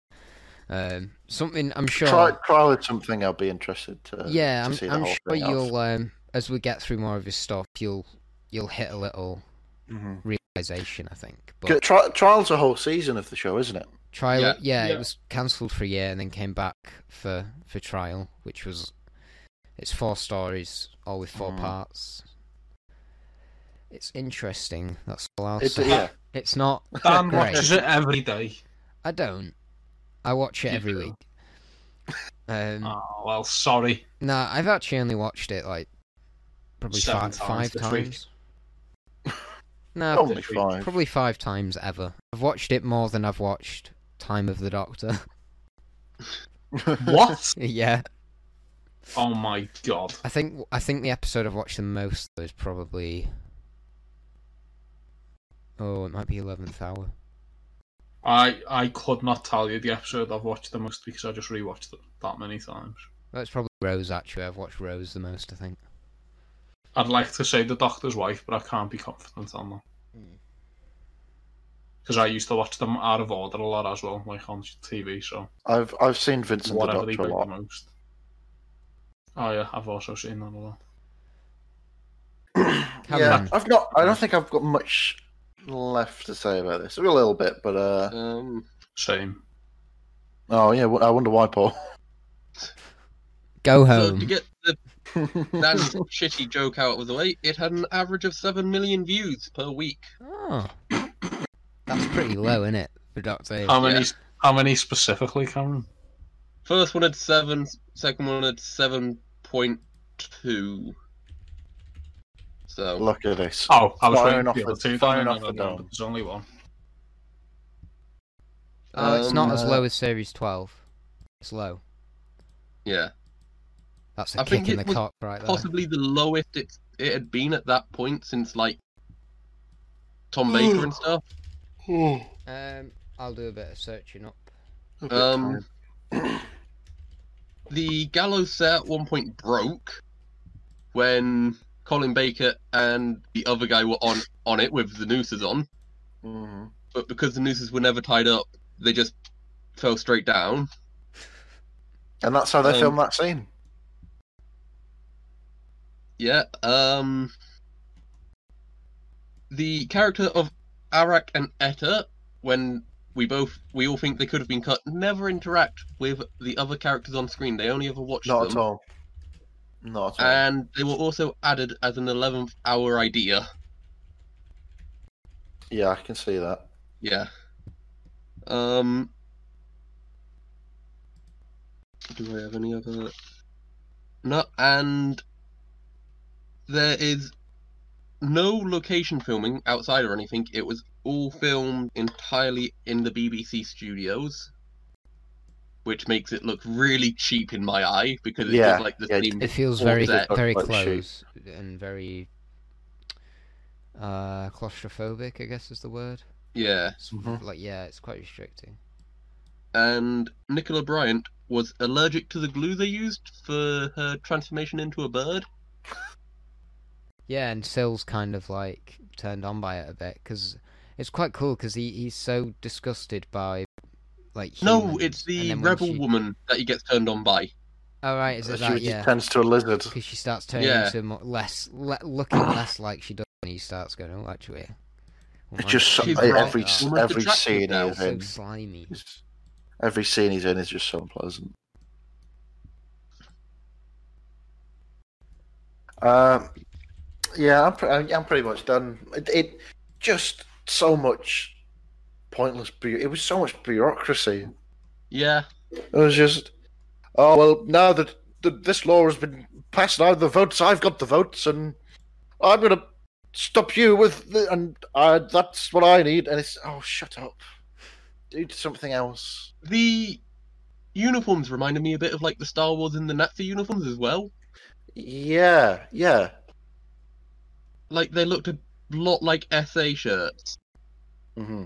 Speaker 2: Um, something I'm sure.
Speaker 4: Try, trial is something I'll be interested to.
Speaker 2: yeah,
Speaker 4: to
Speaker 2: I'm,
Speaker 4: see the
Speaker 2: I'm
Speaker 4: whole
Speaker 2: sure
Speaker 4: thing
Speaker 2: you'll. Um, as we get through more of his stuff, you'll you'll hit a little
Speaker 3: Mm-hmm.
Speaker 4: hmm
Speaker 2: realization, I think. But
Speaker 4: Tri- trial's a whole season of the show, isn't it?
Speaker 2: trial, yeah,
Speaker 3: Yeah.
Speaker 1: Yeah.
Speaker 2: it was cancelled for a year and then came back for for trial, which was it's four stories, all with four
Speaker 4: Mhm.
Speaker 2: parts. It's interesting. That's all I'll
Speaker 4: It,
Speaker 2: say.
Speaker 4: yeah.
Speaker 2: It's not.
Speaker 1: Dan
Speaker 2: Great.
Speaker 1: watches it every day.
Speaker 2: I don't. I watch it
Speaker 1: You
Speaker 2: every
Speaker 1: do.
Speaker 2: week. Um,
Speaker 1: Oh well, sorry.
Speaker 2: No, I've actually only watched it like probably
Speaker 1: Seven times
Speaker 2: five, five
Speaker 1: this week.
Speaker 2: times. no,
Speaker 4: Only
Speaker 1: This week.
Speaker 4: five.
Speaker 2: probably five times ever. I've watched it more than I've watched Time of the Doctor.
Speaker 1: What?
Speaker 2: yeah,
Speaker 1: oh my god.
Speaker 2: I think I think the episode I've watched the most though is probably oh, it might be Eleventh Hour.
Speaker 1: I I could not tell you the episode I've watched the most because I just rewatched it that many times.
Speaker 2: That's probably Rose actually. I've watched Rose the most. I think.
Speaker 1: I'd like to say the Doctor's Wife, but I can't be confident on that.
Speaker 2: Mm.
Speaker 1: Because I used to watch them out of order a lot as well, like on TV. So
Speaker 4: I've I've seen Vincent the
Speaker 1: whatever they
Speaker 4: Doctor a
Speaker 1: did the
Speaker 4: lot.
Speaker 1: most. Oh yeah, I've also seen that a lot.
Speaker 4: Yeah,
Speaker 2: Cameron.
Speaker 4: I've not. I don't think I've got much left to say about this. A little bit, but uh.
Speaker 3: Um,
Speaker 1: Same.
Speaker 4: Oh yeah, I wonder why, Paul.
Speaker 2: Go
Speaker 3: so
Speaker 2: home.
Speaker 3: to get the, that shitty joke out of the way, it had an average of seven million views per week.
Speaker 2: Oh, that's pretty low, isn't it, for Doctor Who?
Speaker 1: How many?
Speaker 3: Yeah.
Speaker 1: How many specifically, Cameron?
Speaker 3: First one had seven, second one had seven point two. So
Speaker 4: Look at this.
Speaker 1: Oh, I was
Speaker 4: Firing
Speaker 1: waiting
Speaker 4: off
Speaker 1: for the
Speaker 4: the-
Speaker 1: other two.
Speaker 4: firing
Speaker 1: No, no,
Speaker 4: off
Speaker 1: no,
Speaker 4: the
Speaker 1: no,
Speaker 4: dome.
Speaker 1: but There's only one.
Speaker 2: Oh, it's not
Speaker 3: um,
Speaker 2: as
Speaker 4: uh,
Speaker 2: low as Series 12. It's low.
Speaker 3: yeah,
Speaker 2: That's a
Speaker 3: I
Speaker 2: kick
Speaker 3: think
Speaker 2: in
Speaker 3: it
Speaker 2: the
Speaker 3: was
Speaker 2: cock right there.
Speaker 3: possibly the lowest it it had been at that point since like Tom Baker and stuff.
Speaker 2: Um, I'll do a bit of searching up.
Speaker 3: Um, the gallows set at one point broke when Colin Baker and the other guy were on on it with the nooses on,
Speaker 4: hmm
Speaker 3: but because the nooses were never tied up, they just fell straight down.
Speaker 4: And that's how they
Speaker 3: Um,
Speaker 4: filmed that scene.
Speaker 3: Yeah. Um. The character of Arak and Etta, when we both we all think they could have been cut, never interact with the other characters on screen. They only ever watch
Speaker 4: Not
Speaker 3: them.
Speaker 4: at all. Not at all.
Speaker 3: and they were also added as an 11th hour idea.
Speaker 4: yeah, I can see that.
Speaker 3: Yeah. Um. Do I have any other? No, and there is no location filming outside or anything. It was all filmed entirely in the BBC studios, which makes it look really cheap in my eye because it's
Speaker 4: Yeah,
Speaker 3: just like the
Speaker 4: yeah,
Speaker 3: same.
Speaker 2: It feels
Speaker 3: all
Speaker 2: very,
Speaker 3: set.
Speaker 2: very
Speaker 4: Like the shape.
Speaker 2: close and very uh, claustrophobic. I guess is the word.
Speaker 3: Yeah.
Speaker 2: It's
Speaker 4: Mhm.
Speaker 3: Mm-hmm.
Speaker 2: Like, yeah, it's quite restricting.
Speaker 3: and Nicola Bryant was allergic to the glue they used for her transformation into a bird.
Speaker 2: Yeah, and Sil's kind of like turned on by it a bit because it's quite cool because he, he's so disgusted by like.
Speaker 3: No,
Speaker 2: humans, and
Speaker 3: it's the
Speaker 2: then when
Speaker 3: rebel
Speaker 2: she-
Speaker 3: woman that he gets turned on by.
Speaker 2: Oh right, is it
Speaker 4: she
Speaker 2: that?
Speaker 4: just
Speaker 2: Yeah.
Speaker 4: turns to a lizard.
Speaker 2: because she starts turning
Speaker 3: Yeah.
Speaker 2: into more, less, le- looking less like she does, and he starts going, "Oh, actually, well,
Speaker 4: It's
Speaker 2: my-
Speaker 4: just some,
Speaker 3: She's
Speaker 4: every
Speaker 3: right. Almost
Speaker 4: every
Speaker 3: attractive
Speaker 4: scene
Speaker 3: now,
Speaker 4: he's
Speaker 2: so
Speaker 4: in,
Speaker 2: slimy."
Speaker 4: is- every scene he's in is just so unpleasant. Um, yeah, I'm, pre- I'm I'm pretty much done. It, it just so much pointless. Bu- it was so much bureaucracy.
Speaker 3: Yeah,
Speaker 4: It was just, oh well, now that the, this law has been passed, now the votes, I've got the votes, and I'm gonna stop you with, the, and I, that's what I need. And it's, oh, shut up, do something else.
Speaker 3: the uniforms reminded me a bit of like the Star Wars and the Nazi uniforms as well.
Speaker 4: Yeah, yeah.
Speaker 3: Like they looked a lot like SA shirts,
Speaker 4: hmm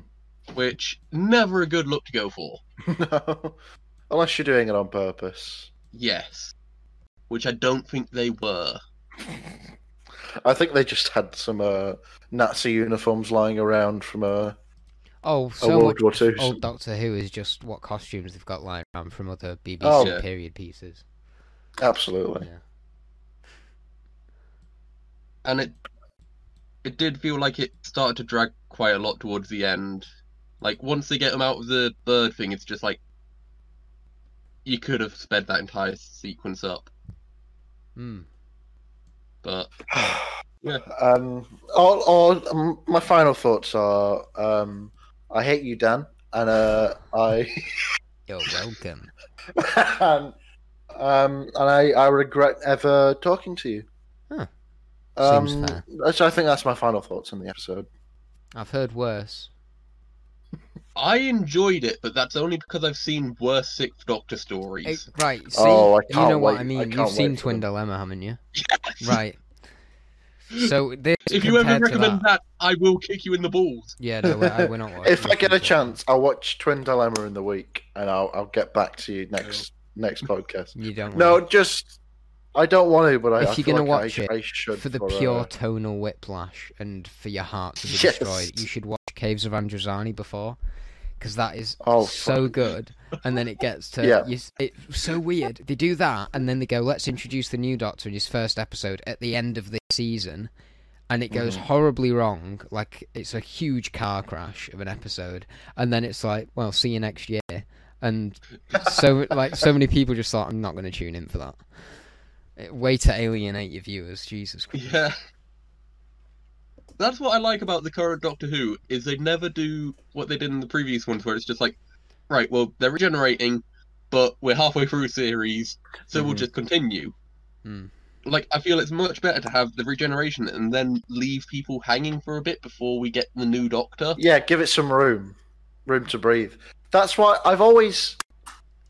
Speaker 3: which never a good look to go for.
Speaker 4: no, unless you're doing it on purpose.
Speaker 3: Yes, which I don't think they were.
Speaker 4: I think they just had some uh, Nazi uniforms lying around from uh,
Speaker 2: Oh,
Speaker 4: a
Speaker 2: so
Speaker 4: World
Speaker 2: much
Speaker 4: War Two.
Speaker 2: old Doctor Who is just what costumes they've got lying around from other BBC
Speaker 4: Oh.
Speaker 3: Yeah.
Speaker 2: period pieces.
Speaker 4: Absolutely.
Speaker 2: Yeah.
Speaker 3: and it it did feel like it started to drag quite a lot towards the end. Like once they get him out of the bird thing, it's just like you could have sped that entire sequence up,
Speaker 2: Hmm.
Speaker 3: but Yeah.
Speaker 4: um, all, all, um, my final thoughts are: um, I hate you, Dan, and uh, I
Speaker 2: You're welcome.
Speaker 4: and, um, and I, I regret ever talking to you.
Speaker 2: Huh.
Speaker 4: Um,
Speaker 2: Seems fair.
Speaker 4: So I think that's my final thoughts on the episode.
Speaker 2: I've heard worse.
Speaker 3: I enjoyed it. But that's only because I've seen worse Sixth Doctor stories.
Speaker 2: Eh, right. See,
Speaker 4: Oh, I
Speaker 2: you
Speaker 4: can't
Speaker 2: know what
Speaker 4: wait.
Speaker 2: I
Speaker 4: I
Speaker 2: mean. You've
Speaker 4: can't
Speaker 2: seen
Speaker 4: wait for
Speaker 2: Twin
Speaker 4: them.
Speaker 2: Dilemma, haven't you? Right. So this
Speaker 3: if you ever
Speaker 2: compared to
Speaker 3: recommend that, I will kick you in the balls.
Speaker 2: yeah, no, we're, I- we're not.
Speaker 4: If I
Speaker 2: listening
Speaker 4: get a
Speaker 2: to it.
Speaker 4: chance, I'll watch Twin Dilemma in the week, and I'll, I'll get back to you next next podcast.
Speaker 2: you don't.
Speaker 4: No,
Speaker 2: want
Speaker 4: just I don't want to, but I,
Speaker 2: Mm. If
Speaker 4: I
Speaker 2: you're
Speaker 4: feel
Speaker 2: gonna
Speaker 4: like I-
Speaker 2: watch it,
Speaker 4: I, should
Speaker 2: it. for the
Speaker 4: uh,
Speaker 2: pure tonal whiplash and for your heart to be
Speaker 4: Yes.
Speaker 2: destroyed, you should watch Caves of Androzani before, because that is
Speaker 4: Oh,
Speaker 2: so good. And then it gets to
Speaker 4: Yeah.
Speaker 2: you s- it's so weird. They do that, and then they go, "Let's introduce the new Doctor in his first episode at the end of this season." And it
Speaker 4: Mm-hmm.
Speaker 2: goes horribly wrong, like it's a huge car crash of an episode, and then it's like, "Well, see you next year," and so like so many people just thought, "I'm not going to tune in for that." Eh, Way to alienate your viewers, Jesus Christ.
Speaker 3: Yeah. That's what I like about the current Doctor Who is they never do what they did in the previous ones, where it's just like, right, well they're regenerating, but we're halfway through series, so we'll
Speaker 2: Mhm.
Speaker 3: just continue.
Speaker 2: Hmm.
Speaker 3: Like I feel it's much better to have the regeneration and then leave people hanging for a bit before we get the new Doctor.
Speaker 4: yeah, give it some room, room to breathe. That's why I've always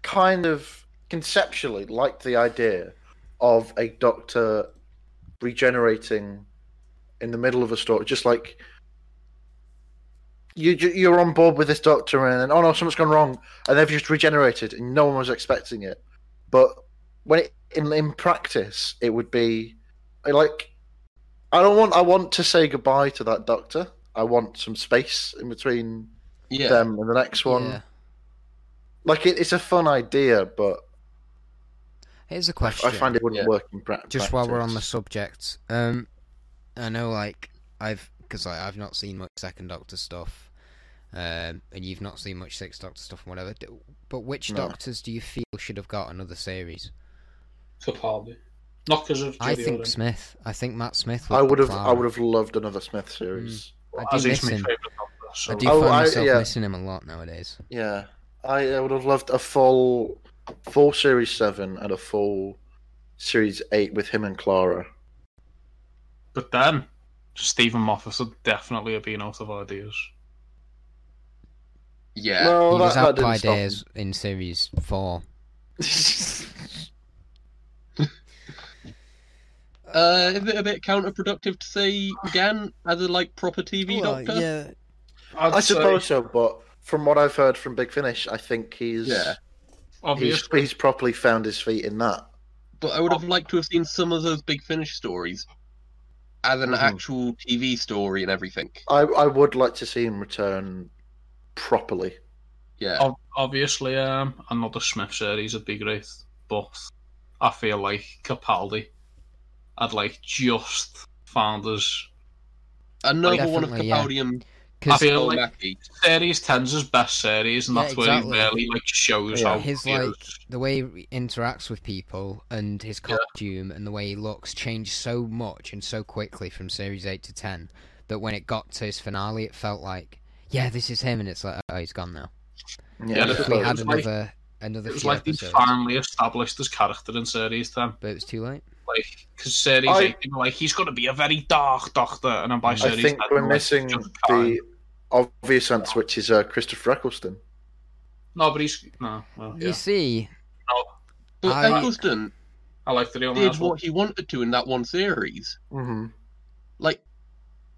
Speaker 4: kind of conceptually liked the idea of a doctor regenerating in the middle of a story, just like you ju- you're on board with this doctor, and then, oh no, something's gone wrong, and they've just regenerated, and no one was expecting it. But when it, in in practice, it would be like I don't want I want to say goodbye to that doctor. I want some space in between
Speaker 3: Yeah,
Speaker 4: them and the next one.
Speaker 2: Yeah.
Speaker 4: Like it, it's a fun idea, but
Speaker 2: Here's a question.
Speaker 4: I find it wouldn't
Speaker 3: Yeah.
Speaker 4: work in pra- practice.
Speaker 2: just while we're on the subject, um, I know like I've because like, I've not seen much Second Doctor stuff, um, and you've not seen much Sixth Doctor stuff, and whatever. d- But which
Speaker 4: No.
Speaker 2: Doctors do you feel should have got another series?
Speaker 1: Capaldi. Not because of
Speaker 2: I
Speaker 1: Judy
Speaker 2: think
Speaker 1: Owen.
Speaker 2: Smith. I think Matt Smith.
Speaker 4: I would have, I
Speaker 2: Clara.
Speaker 4: would have loved another Smith series.
Speaker 2: I do miss him.
Speaker 1: favourite doctor. So
Speaker 2: I do
Speaker 4: Oh,
Speaker 2: find
Speaker 4: I-
Speaker 2: myself
Speaker 4: yeah.
Speaker 2: missing him a lot nowadays.
Speaker 4: Yeah, I, I would have loved a full, full series seven and a full series eight with him and Clara.
Speaker 1: But then, Stephen Moffat would definitely have been out of ideas.
Speaker 3: yeah.
Speaker 4: well,
Speaker 2: he was
Speaker 4: that,
Speaker 2: out
Speaker 4: that
Speaker 2: by
Speaker 4: didn't stop
Speaker 2: days in series four.
Speaker 3: Uh, is it a bit counterproductive to say again as a like proper TV Doctor?
Speaker 2: yeah,
Speaker 1: I'd
Speaker 4: I
Speaker 1: say,
Speaker 4: suppose so, but from what I've heard from Big Finish, I think he's
Speaker 3: Yeah.
Speaker 1: obvious.
Speaker 4: he's, he's properly found his feet in that.
Speaker 3: But I would have liked to have seen some of those Big Finish stories as an
Speaker 4: Mhm.
Speaker 3: actual TV story and everything.
Speaker 4: I, I would like to see him return properly. Oh,
Speaker 3: Yeah.
Speaker 1: Ob- obviously, um, another Smith series would be great, but I feel like Capaldi had like just found us.
Speaker 3: Another one of
Speaker 2: Definitely, yeah.
Speaker 3: Capaldi and
Speaker 1: I
Speaker 2: because
Speaker 1: feel
Speaker 3: Phil
Speaker 1: like
Speaker 3: Mackey.
Speaker 1: series tens is best series, and
Speaker 2: Yeah,
Speaker 1: that's
Speaker 2: exactly.
Speaker 1: where he really like shows
Speaker 4: Yeah.
Speaker 1: how
Speaker 2: his
Speaker 1: he
Speaker 2: like
Speaker 1: is.
Speaker 2: the way he interacts with people and his
Speaker 1: Yeah.
Speaker 2: costume and the way he looks changed so much and so quickly from series 8 to 10 that when it got to his finale it felt like yeah this is him and it's like oh he's gone now
Speaker 1: Yeah,
Speaker 2: if
Speaker 1: that's
Speaker 2: we
Speaker 1: what it
Speaker 2: had
Speaker 1: was like.
Speaker 2: another another
Speaker 1: It was
Speaker 2: few
Speaker 1: like he
Speaker 2: episodes
Speaker 1: finally established his character in series ten.
Speaker 2: but it was too late
Speaker 1: like because series
Speaker 4: I-
Speaker 1: eight, they were like he's going to be a very dark doctor, and I'm by
Speaker 2: I
Speaker 4: I
Speaker 1: series
Speaker 4: think
Speaker 1: 10,
Speaker 4: we're
Speaker 1: like,
Speaker 4: missing
Speaker 1: just
Speaker 4: the
Speaker 1: fine.
Speaker 4: obvious answer, which is uh, Christopher Eccleston.
Speaker 1: no, but he's no, well, yeah.
Speaker 2: you see
Speaker 1: no.
Speaker 3: But
Speaker 2: I-
Speaker 3: Eccleston
Speaker 1: I like the only
Speaker 3: did
Speaker 1: as well.
Speaker 3: what he wanted to in that one series.
Speaker 4: Mm-hmm.
Speaker 3: Like,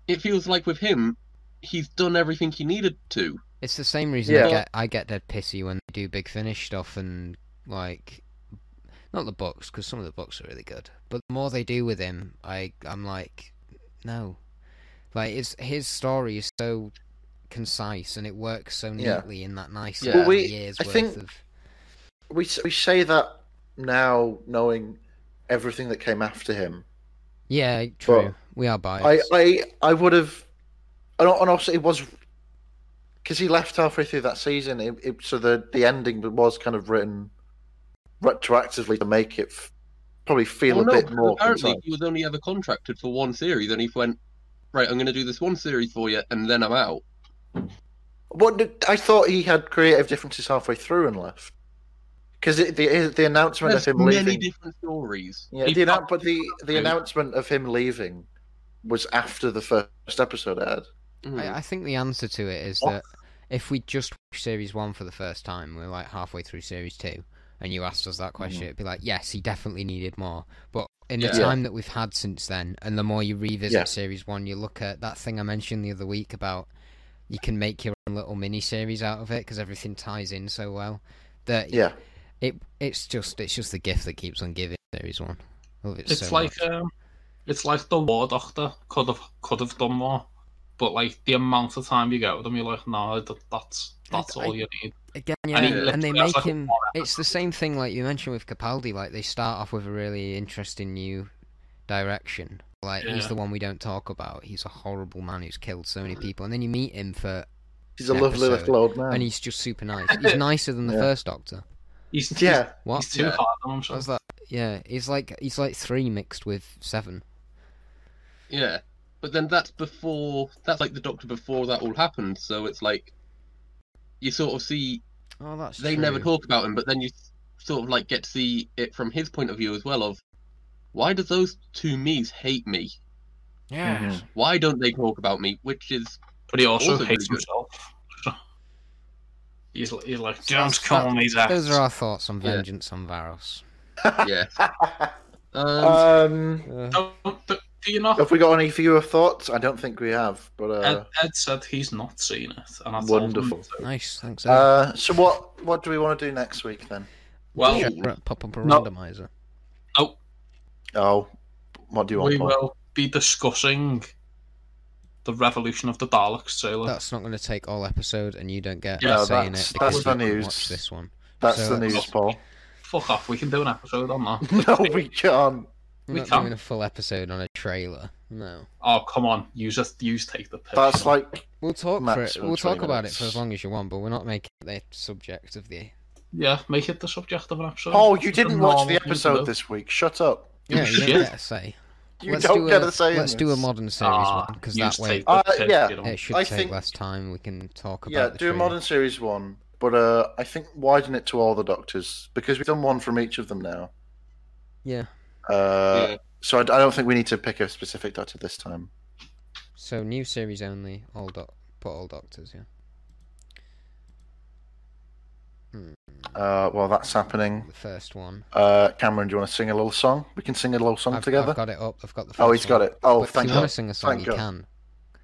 Speaker 3: it feels like with him, he's done everything he needed to.
Speaker 2: it's the same reason I
Speaker 4: Yeah.
Speaker 2: get I get dead pissy when they do big finish stuff and like Not the books, because some of the books are really good. But the more they do with him, I I'm like, no, like it's his story is so concise and it works so
Speaker 7: Yeah.
Speaker 2: neatly in that nice
Speaker 3: Yeah.
Speaker 2: little
Speaker 3: Well,
Speaker 4: we-
Speaker 2: years
Speaker 4: I
Speaker 2: worth
Speaker 4: think-
Speaker 2: of.
Speaker 4: we s- we say that now knowing everything that came after him.
Speaker 2: Yeah, true. we are
Speaker 4: I
Speaker 2: biased.
Speaker 4: I I would have, and al- and also it was because he left halfway through that season, it, it, so the the ending was kind of written retroactively to make it f- probably feel
Speaker 3: Well,
Speaker 4: a
Speaker 3: no,
Speaker 4: bit
Speaker 3: because
Speaker 4: more.
Speaker 3: Apparently,
Speaker 4: concise.
Speaker 3: he was only ever contracted for one series, and he went, "Right, I'm going to do this one series for you, and then I'm out."
Speaker 4: What did- I thought he had creative differences halfway through and left because the the announcement
Speaker 3: There's
Speaker 4: of him
Speaker 3: many
Speaker 4: leaving.
Speaker 3: different stories.
Speaker 4: Yeah,
Speaker 1: He
Speaker 4: the, annou-
Speaker 1: felt-
Speaker 4: but the, the
Speaker 1: Yeah.
Speaker 4: announcement of him leaving was after the first episode aired.
Speaker 3: Mm.
Speaker 2: I, I think the answer to it is that if we just watched series one for the first time, we're like halfway through series two, and you asked us that question, it'd be like, yes, he definitely needed more. But in the
Speaker 3: Yeah.
Speaker 2: time that we've had since then, and the more you revisit
Speaker 4: Yeah.
Speaker 2: series one, you look at that thing I mentioned the other week about you can make your own little mini series out of it because everything ties in so well. That
Speaker 4: Yeah,
Speaker 2: it it's just it's just the gift that keeps on giving. Series one, I love it
Speaker 1: It's
Speaker 2: so
Speaker 1: like
Speaker 2: much.
Speaker 1: um, it's like the War Doctor could have could have done more, but like the amount of time you get with him, you're like, no, that, that's that's
Speaker 2: I-
Speaker 1: all you need.
Speaker 2: Again, yeah,
Speaker 1: And
Speaker 2: and,
Speaker 1: he literally
Speaker 2: they
Speaker 1: has,
Speaker 2: make
Speaker 1: like,
Speaker 2: him.
Speaker 1: one
Speaker 2: It's the same thing like you mentioned with Capaldi. Like they start off with a really interesting new direction. Like he's
Speaker 1: Yeah.
Speaker 2: the one we don't talk about. He's a horrible man who's killed so many people, and then you meet him for,
Speaker 4: he's a
Speaker 2: An
Speaker 4: lovely
Speaker 2: episode.
Speaker 4: little old man.
Speaker 2: and he's just super nice. He's nicer than the
Speaker 4: Yeah.
Speaker 2: first Doctor.
Speaker 1: He's yeah,
Speaker 4: yeah,
Speaker 2: What?
Speaker 1: he's, he's too
Speaker 3: Yeah.
Speaker 1: hard on himself.
Speaker 2: How's that? Yeah, he's like he's like three mixed with seven.
Speaker 3: Yeah, but then that's before that's like the Doctor before that all happened. So it's like you sort of see
Speaker 2: Oh, that's
Speaker 3: they
Speaker 2: true.
Speaker 3: never talk about him, but then you sort of like get to see it from his point of view as well. Of why do those two me's hate me?
Speaker 2: Yeah.
Speaker 4: Mhm.
Speaker 3: Why don't they talk about me? Which is
Speaker 1: But he also,
Speaker 3: Also
Speaker 1: hates
Speaker 3: really good.
Speaker 1: himself. he's he's like,
Speaker 2: So
Speaker 1: don't
Speaker 2: that's-
Speaker 1: call me that.
Speaker 2: Those are our thoughts on
Speaker 3: Yeah.
Speaker 2: Vengeance on Varos.
Speaker 3: yeah. um,
Speaker 4: um,
Speaker 1: Don't- do, do you not?
Speaker 4: have we got any fewer thoughts? I don't think we have, but uh,
Speaker 1: Ed, Ed said he's not seen it, and I told
Speaker 4: Wonderful.
Speaker 1: Him, so.
Speaker 2: nice, thanks. Ed.
Speaker 4: uh, so what what do we want to do next week then?
Speaker 1: Well,
Speaker 3: Uh,
Speaker 2: Yeah, pop up a
Speaker 1: no.
Speaker 2: randomizer.
Speaker 4: Oh, what do you want?
Speaker 1: we
Speaker 4: Paul?
Speaker 1: will be discussing the revolution of the Daleks trailer.
Speaker 2: That's not going to take all episode, and you don't get
Speaker 1: Yeah,
Speaker 2: yeah, saying
Speaker 4: that's-
Speaker 2: it because
Speaker 4: that's
Speaker 2: you
Speaker 4: the
Speaker 2: didn't
Speaker 4: news.
Speaker 2: watch this one.
Speaker 4: That's
Speaker 2: so
Speaker 4: the news,
Speaker 1: that's-
Speaker 4: Paul.
Speaker 1: Fuck off. We can do an episode on that.
Speaker 4: no, we can't.
Speaker 2: We're
Speaker 1: We
Speaker 2: not
Speaker 1: can't.
Speaker 2: doing a full episode on a trailer. No,
Speaker 1: Oh come on, you just you take the piss.
Speaker 4: That's like
Speaker 2: we'll talk for it.
Speaker 4: Maximum
Speaker 2: We'll
Speaker 4: 20
Speaker 2: talk about it for
Speaker 4: minutes.
Speaker 2: as long as you want, but we're not making it the subject of the.
Speaker 1: yeah, make it the subject of an episode.
Speaker 4: Paul. You didn't watch
Speaker 1: Normal
Speaker 4: the
Speaker 1: thing to do.
Speaker 4: episode this week. Shut up.
Speaker 2: Yeah, you don't
Speaker 1: shit.
Speaker 2: get a say.
Speaker 4: You
Speaker 2: let's
Speaker 4: don't
Speaker 2: do
Speaker 4: get
Speaker 2: a,
Speaker 4: a say. in
Speaker 2: Let's do a
Speaker 4: this.
Speaker 2: modern series
Speaker 1: Ah,
Speaker 2: one because
Speaker 1: you
Speaker 2: that
Speaker 1: just
Speaker 2: way
Speaker 1: take the
Speaker 4: Uh,
Speaker 1: piss,
Speaker 4: yeah.
Speaker 1: you know.
Speaker 2: it should
Speaker 4: I
Speaker 2: take
Speaker 4: think-
Speaker 2: less time. We can talk about.
Speaker 4: Yeah,
Speaker 2: the
Speaker 4: do a
Speaker 2: trailer.
Speaker 4: modern series one, but uh, I think widen it to all the doctors because we've done one from each of them now.
Speaker 2: Yeah.
Speaker 4: Uh,
Speaker 3: Yeah.
Speaker 4: So I, I don't think we need to pick a specific doctor this time.
Speaker 2: So new series only. All doc, but all doctors. Yeah. Hmm.
Speaker 4: Uh, while that's happening,
Speaker 2: The first one.
Speaker 4: uh, Cameron, do you want to sing a little song? We can sing a little song
Speaker 2: I've,
Speaker 4: together.
Speaker 2: I've got it up. I've got the.
Speaker 4: oh,
Speaker 2: first
Speaker 4: he's
Speaker 2: one.
Speaker 4: got it. Oh,
Speaker 2: But if
Speaker 4: thank
Speaker 2: you want
Speaker 4: God.
Speaker 2: to sing a song,
Speaker 4: Thank
Speaker 2: you
Speaker 4: God.
Speaker 2: can.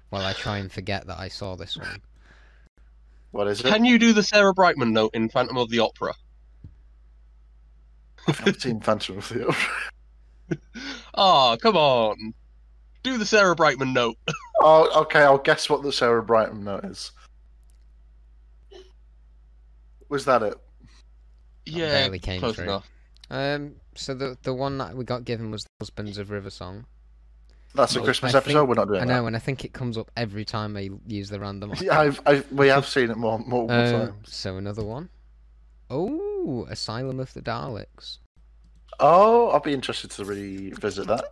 Speaker 2: While I try and forget that I saw this one.
Speaker 4: What is it?
Speaker 3: can you do the Sarah Brightman note in Phantom of the Opera?
Speaker 4: I've seen Phantom of the Opera.
Speaker 3: Ah, come on. Do the Sarah Brightman note.
Speaker 4: Oh, okay. I'll guess what the Sarah Brightman note is. Was that it?
Speaker 3: Yeah,
Speaker 2: barely came
Speaker 3: close
Speaker 2: through.
Speaker 3: enough.
Speaker 2: Um, so the the one that we got given was Husbands of River Song.
Speaker 4: That's a
Speaker 2: No,
Speaker 4: Christmas
Speaker 2: I
Speaker 4: episode.
Speaker 2: think-
Speaker 4: We're not doing
Speaker 2: I know, and I think it comes up every time I use the random.
Speaker 4: that. Yeah, I've, I've, we have seen it more multiple
Speaker 2: Uh,
Speaker 4: times.
Speaker 2: so another one. Oh, Asylum of the Daleks.
Speaker 4: Oh, I'll be interested to revisit that.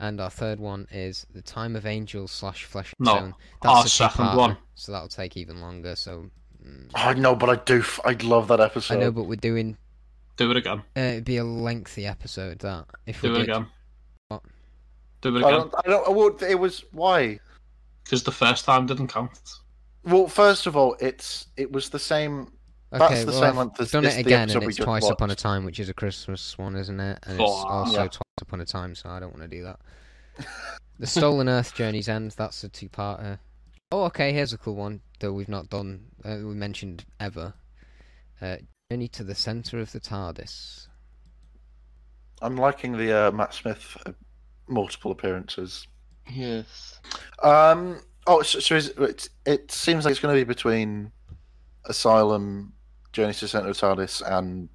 Speaker 2: And our third one is The Time of Angels slash Flesh and
Speaker 1: No,
Speaker 2: Stone.
Speaker 1: our
Speaker 2: a
Speaker 1: second
Speaker 2: two-parter,
Speaker 1: one.
Speaker 2: So that'll take even longer. So mm,
Speaker 4: I know, but I do. f- I love that
Speaker 2: I
Speaker 4: episode.
Speaker 2: know, but we're doing.
Speaker 1: Do it again.
Speaker 2: Uh, it'd be a lengthy episode that if we
Speaker 1: Do it
Speaker 2: did.
Speaker 1: again.
Speaker 2: What?
Speaker 1: Do it
Speaker 4: I
Speaker 1: again.
Speaker 4: don't. I don't. I would, it was why.
Speaker 1: Because the first time didn't count.
Speaker 4: Well, first of all, it's it was the same. That's
Speaker 2: Okay,
Speaker 4: the
Speaker 2: well,
Speaker 4: same
Speaker 2: I've
Speaker 4: one as-
Speaker 2: done
Speaker 4: as
Speaker 2: it
Speaker 4: the
Speaker 2: again,
Speaker 4: episode
Speaker 2: and
Speaker 4: we
Speaker 2: it's
Speaker 4: just
Speaker 2: Twice Upon a
Speaker 4: watched.
Speaker 2: Time, which is a Christmas one, isn't it? And it's
Speaker 1: Fuck.
Speaker 2: also
Speaker 4: Yeah.
Speaker 2: Twice Upon a Time, so I don't want to do that. the Stolen Earth Journey's End, that's a two-parter. Oh, okay, here's a cool one that we've not done, uh, we mentioned ever. Uh, Journey to the Centre of the TARDIS.
Speaker 4: I'm liking the uh, Matt Smith uh, multiple appearances.
Speaker 3: Yes.
Speaker 4: Um. Oh, so, so is, it, it seems like it's going to be between Asylum, Journey to the Center of TARDIS, and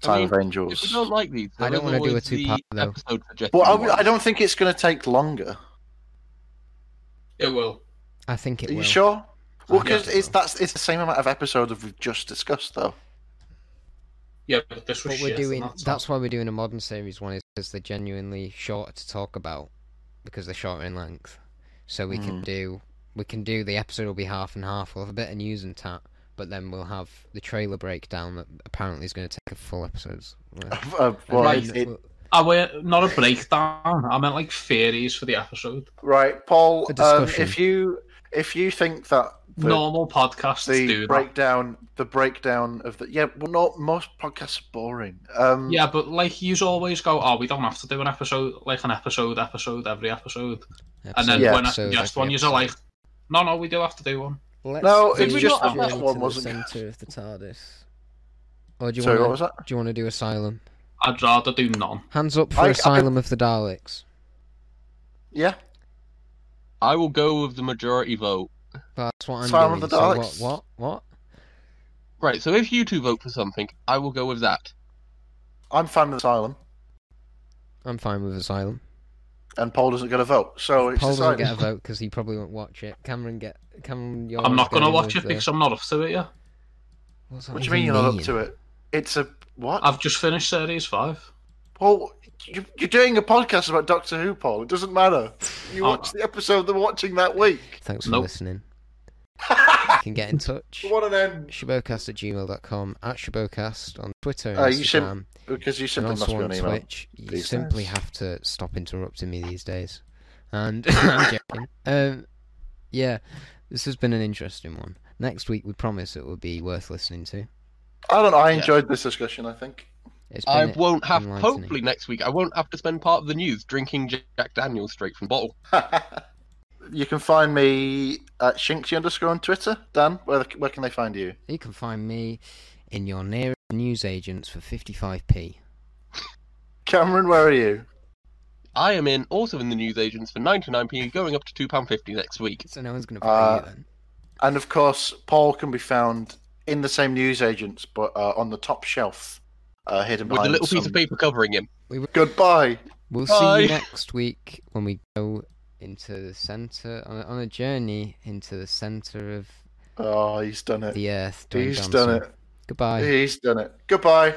Speaker 4: Time
Speaker 3: I mean,
Speaker 4: of
Speaker 3: If we
Speaker 4: Angels.
Speaker 3: don't like these,
Speaker 2: I
Speaker 3: there
Speaker 2: don't
Speaker 3: is
Speaker 2: wanna do a
Speaker 3: always the
Speaker 2: two-part, though.
Speaker 3: Episode suggestion
Speaker 4: Well, I, I
Speaker 3: ones.
Speaker 4: don't think it's going to take longer.
Speaker 1: It will.
Speaker 2: I think it
Speaker 4: Are you
Speaker 2: will.
Speaker 4: sure? Well,
Speaker 2: Yeah,
Speaker 4: because
Speaker 2: it
Speaker 4: it's
Speaker 2: will.
Speaker 4: that's it's the same amount of episodes that we've just discussed, though.
Speaker 1: Yeah, but this was
Speaker 2: What
Speaker 1: shit,
Speaker 2: we're doing,
Speaker 1: and that's,
Speaker 2: that's why we're doing a modern series one, is because they're genuinely shorter to talk about, because they're shorter in length. So we
Speaker 8: Hmm.
Speaker 2: can do, we can do the episode will be half and half. We'll have a bit of news and tat, but then we'll have the trailer breakdown that apparently is going to take a full episode.
Speaker 4: Uh, well,
Speaker 1: Right.
Speaker 4: it- it-
Speaker 1: I were not a breakdown. I meant like theories for the episode.
Speaker 4: right,
Speaker 2: A
Speaker 4: Paul. Um,
Speaker 2: discussion.
Speaker 4: if you if you think that the,
Speaker 1: Normal podcasts
Speaker 4: the
Speaker 1: do
Speaker 4: breakdown the breakdown of the yeah, well, not most podcasts are boring. Um,
Speaker 1: that. Yeah, but like you always go, oh, we don't have to do an episode, like an episode, episode every episode, and then
Speaker 4: Episode,
Speaker 1: when I
Speaker 2: episode,
Speaker 1: suggest
Speaker 2: every
Speaker 1: one, you're
Speaker 2: episode.
Speaker 1: like, no, no, we do have to do one.
Speaker 8: Let's
Speaker 4: No,
Speaker 8: do
Speaker 4: it's
Speaker 1: we
Speaker 4: just
Speaker 1: not have
Speaker 4: that
Speaker 8: Journey
Speaker 4: one
Speaker 8: to
Speaker 4: wasn't.
Speaker 8: the center of the TARDIS.
Speaker 2: Or do you
Speaker 4: Sorry, what
Speaker 2: want
Speaker 4: was
Speaker 2: to?
Speaker 4: that?
Speaker 2: Do you want to do Asylum?
Speaker 1: I'd rather do none.
Speaker 2: Hands up for
Speaker 4: I- I-
Speaker 2: Asylum of the Daleks.
Speaker 4: Yeah,
Speaker 3: I will go with the majority vote.
Speaker 2: That's what I'm
Speaker 4: Asylum
Speaker 2: doing,
Speaker 4: of the
Speaker 2: so
Speaker 4: Daleks.
Speaker 2: what? What? What?
Speaker 3: Right, so if you two vote for something, I will go with that.
Speaker 4: I'm fan of Asylum,
Speaker 2: I'm fine with Asylum.
Speaker 4: and Paul doesn't get a vote, so it's
Speaker 2: Paul doesn't
Speaker 4: decided.
Speaker 2: get a vote because he probably won't watch it. Cameron get Cameron. You're
Speaker 1: I'm not gonna
Speaker 2: going
Speaker 1: watch it
Speaker 2: with
Speaker 1: because
Speaker 2: the...
Speaker 1: I'm not up to it. Yeah,
Speaker 2: What's that
Speaker 4: What do you
Speaker 2: even
Speaker 4: mean you're not up to it? It's a what?
Speaker 1: I've just finished series five.
Speaker 4: Paul, you, you're doing a podcast about Doctor Who, Paul. It doesn't matter. You
Speaker 3: Uh,
Speaker 1: Oh.
Speaker 4: watch the episode they're watching that week.
Speaker 2: Thanks for
Speaker 1: Nope.
Speaker 2: listening. you can get in touch.
Speaker 4: What an end!
Speaker 2: Shibocast at gmail.com, at Shibocast on Twitter and
Speaker 4: Uh, you should-
Speaker 2: Instagram,
Speaker 4: Because you
Speaker 2: and
Speaker 4: simply must
Speaker 2: also
Speaker 4: be
Speaker 2: on
Speaker 4: on email.
Speaker 2: Twitch. You
Speaker 4: these
Speaker 2: simply
Speaker 4: days.
Speaker 2: have to stop interrupting me these days. And I'm joking. Um, yeah, this has been an interesting one. Next week, we promise it will be worth listening to.
Speaker 4: I don't know. I
Speaker 3: Yeah.
Speaker 4: enjoyed this discussion. I think.
Speaker 2: It's
Speaker 3: I
Speaker 2: been-
Speaker 3: won't have.
Speaker 2: enlightening.
Speaker 3: Hopefully next week, I won't have to spend part of the news drinking Jack Daniels straight from bottle.
Speaker 4: you can find me at Shinksy underscore on Twitter. Dan, where where can they find you?
Speaker 2: You can find me in your nearest newsagents for 55p.
Speaker 4: Cameron, where are you?
Speaker 3: I am in also in the newsagents for 99p, going up to two pound fifty next week.
Speaker 2: So no one's going to pay
Speaker 4: Uh,
Speaker 2: you then.
Speaker 4: And of course, Paul can be found in the same newsagents, but uh, on the top shelf, uh, hidden
Speaker 3: With a
Speaker 4: behind
Speaker 3: little piece
Speaker 4: some-
Speaker 3: of paper covering him.
Speaker 4: Goodbye.
Speaker 2: We'll see
Speaker 3: Bye.
Speaker 2: you next week when we go into the center on a, on a journey into the center of
Speaker 4: Oh, he's done it.
Speaker 2: the earth. Dwayne
Speaker 4: He's
Speaker 2: Johnson.
Speaker 4: done it.
Speaker 2: Goodbye.
Speaker 4: He's done it. Goodbye.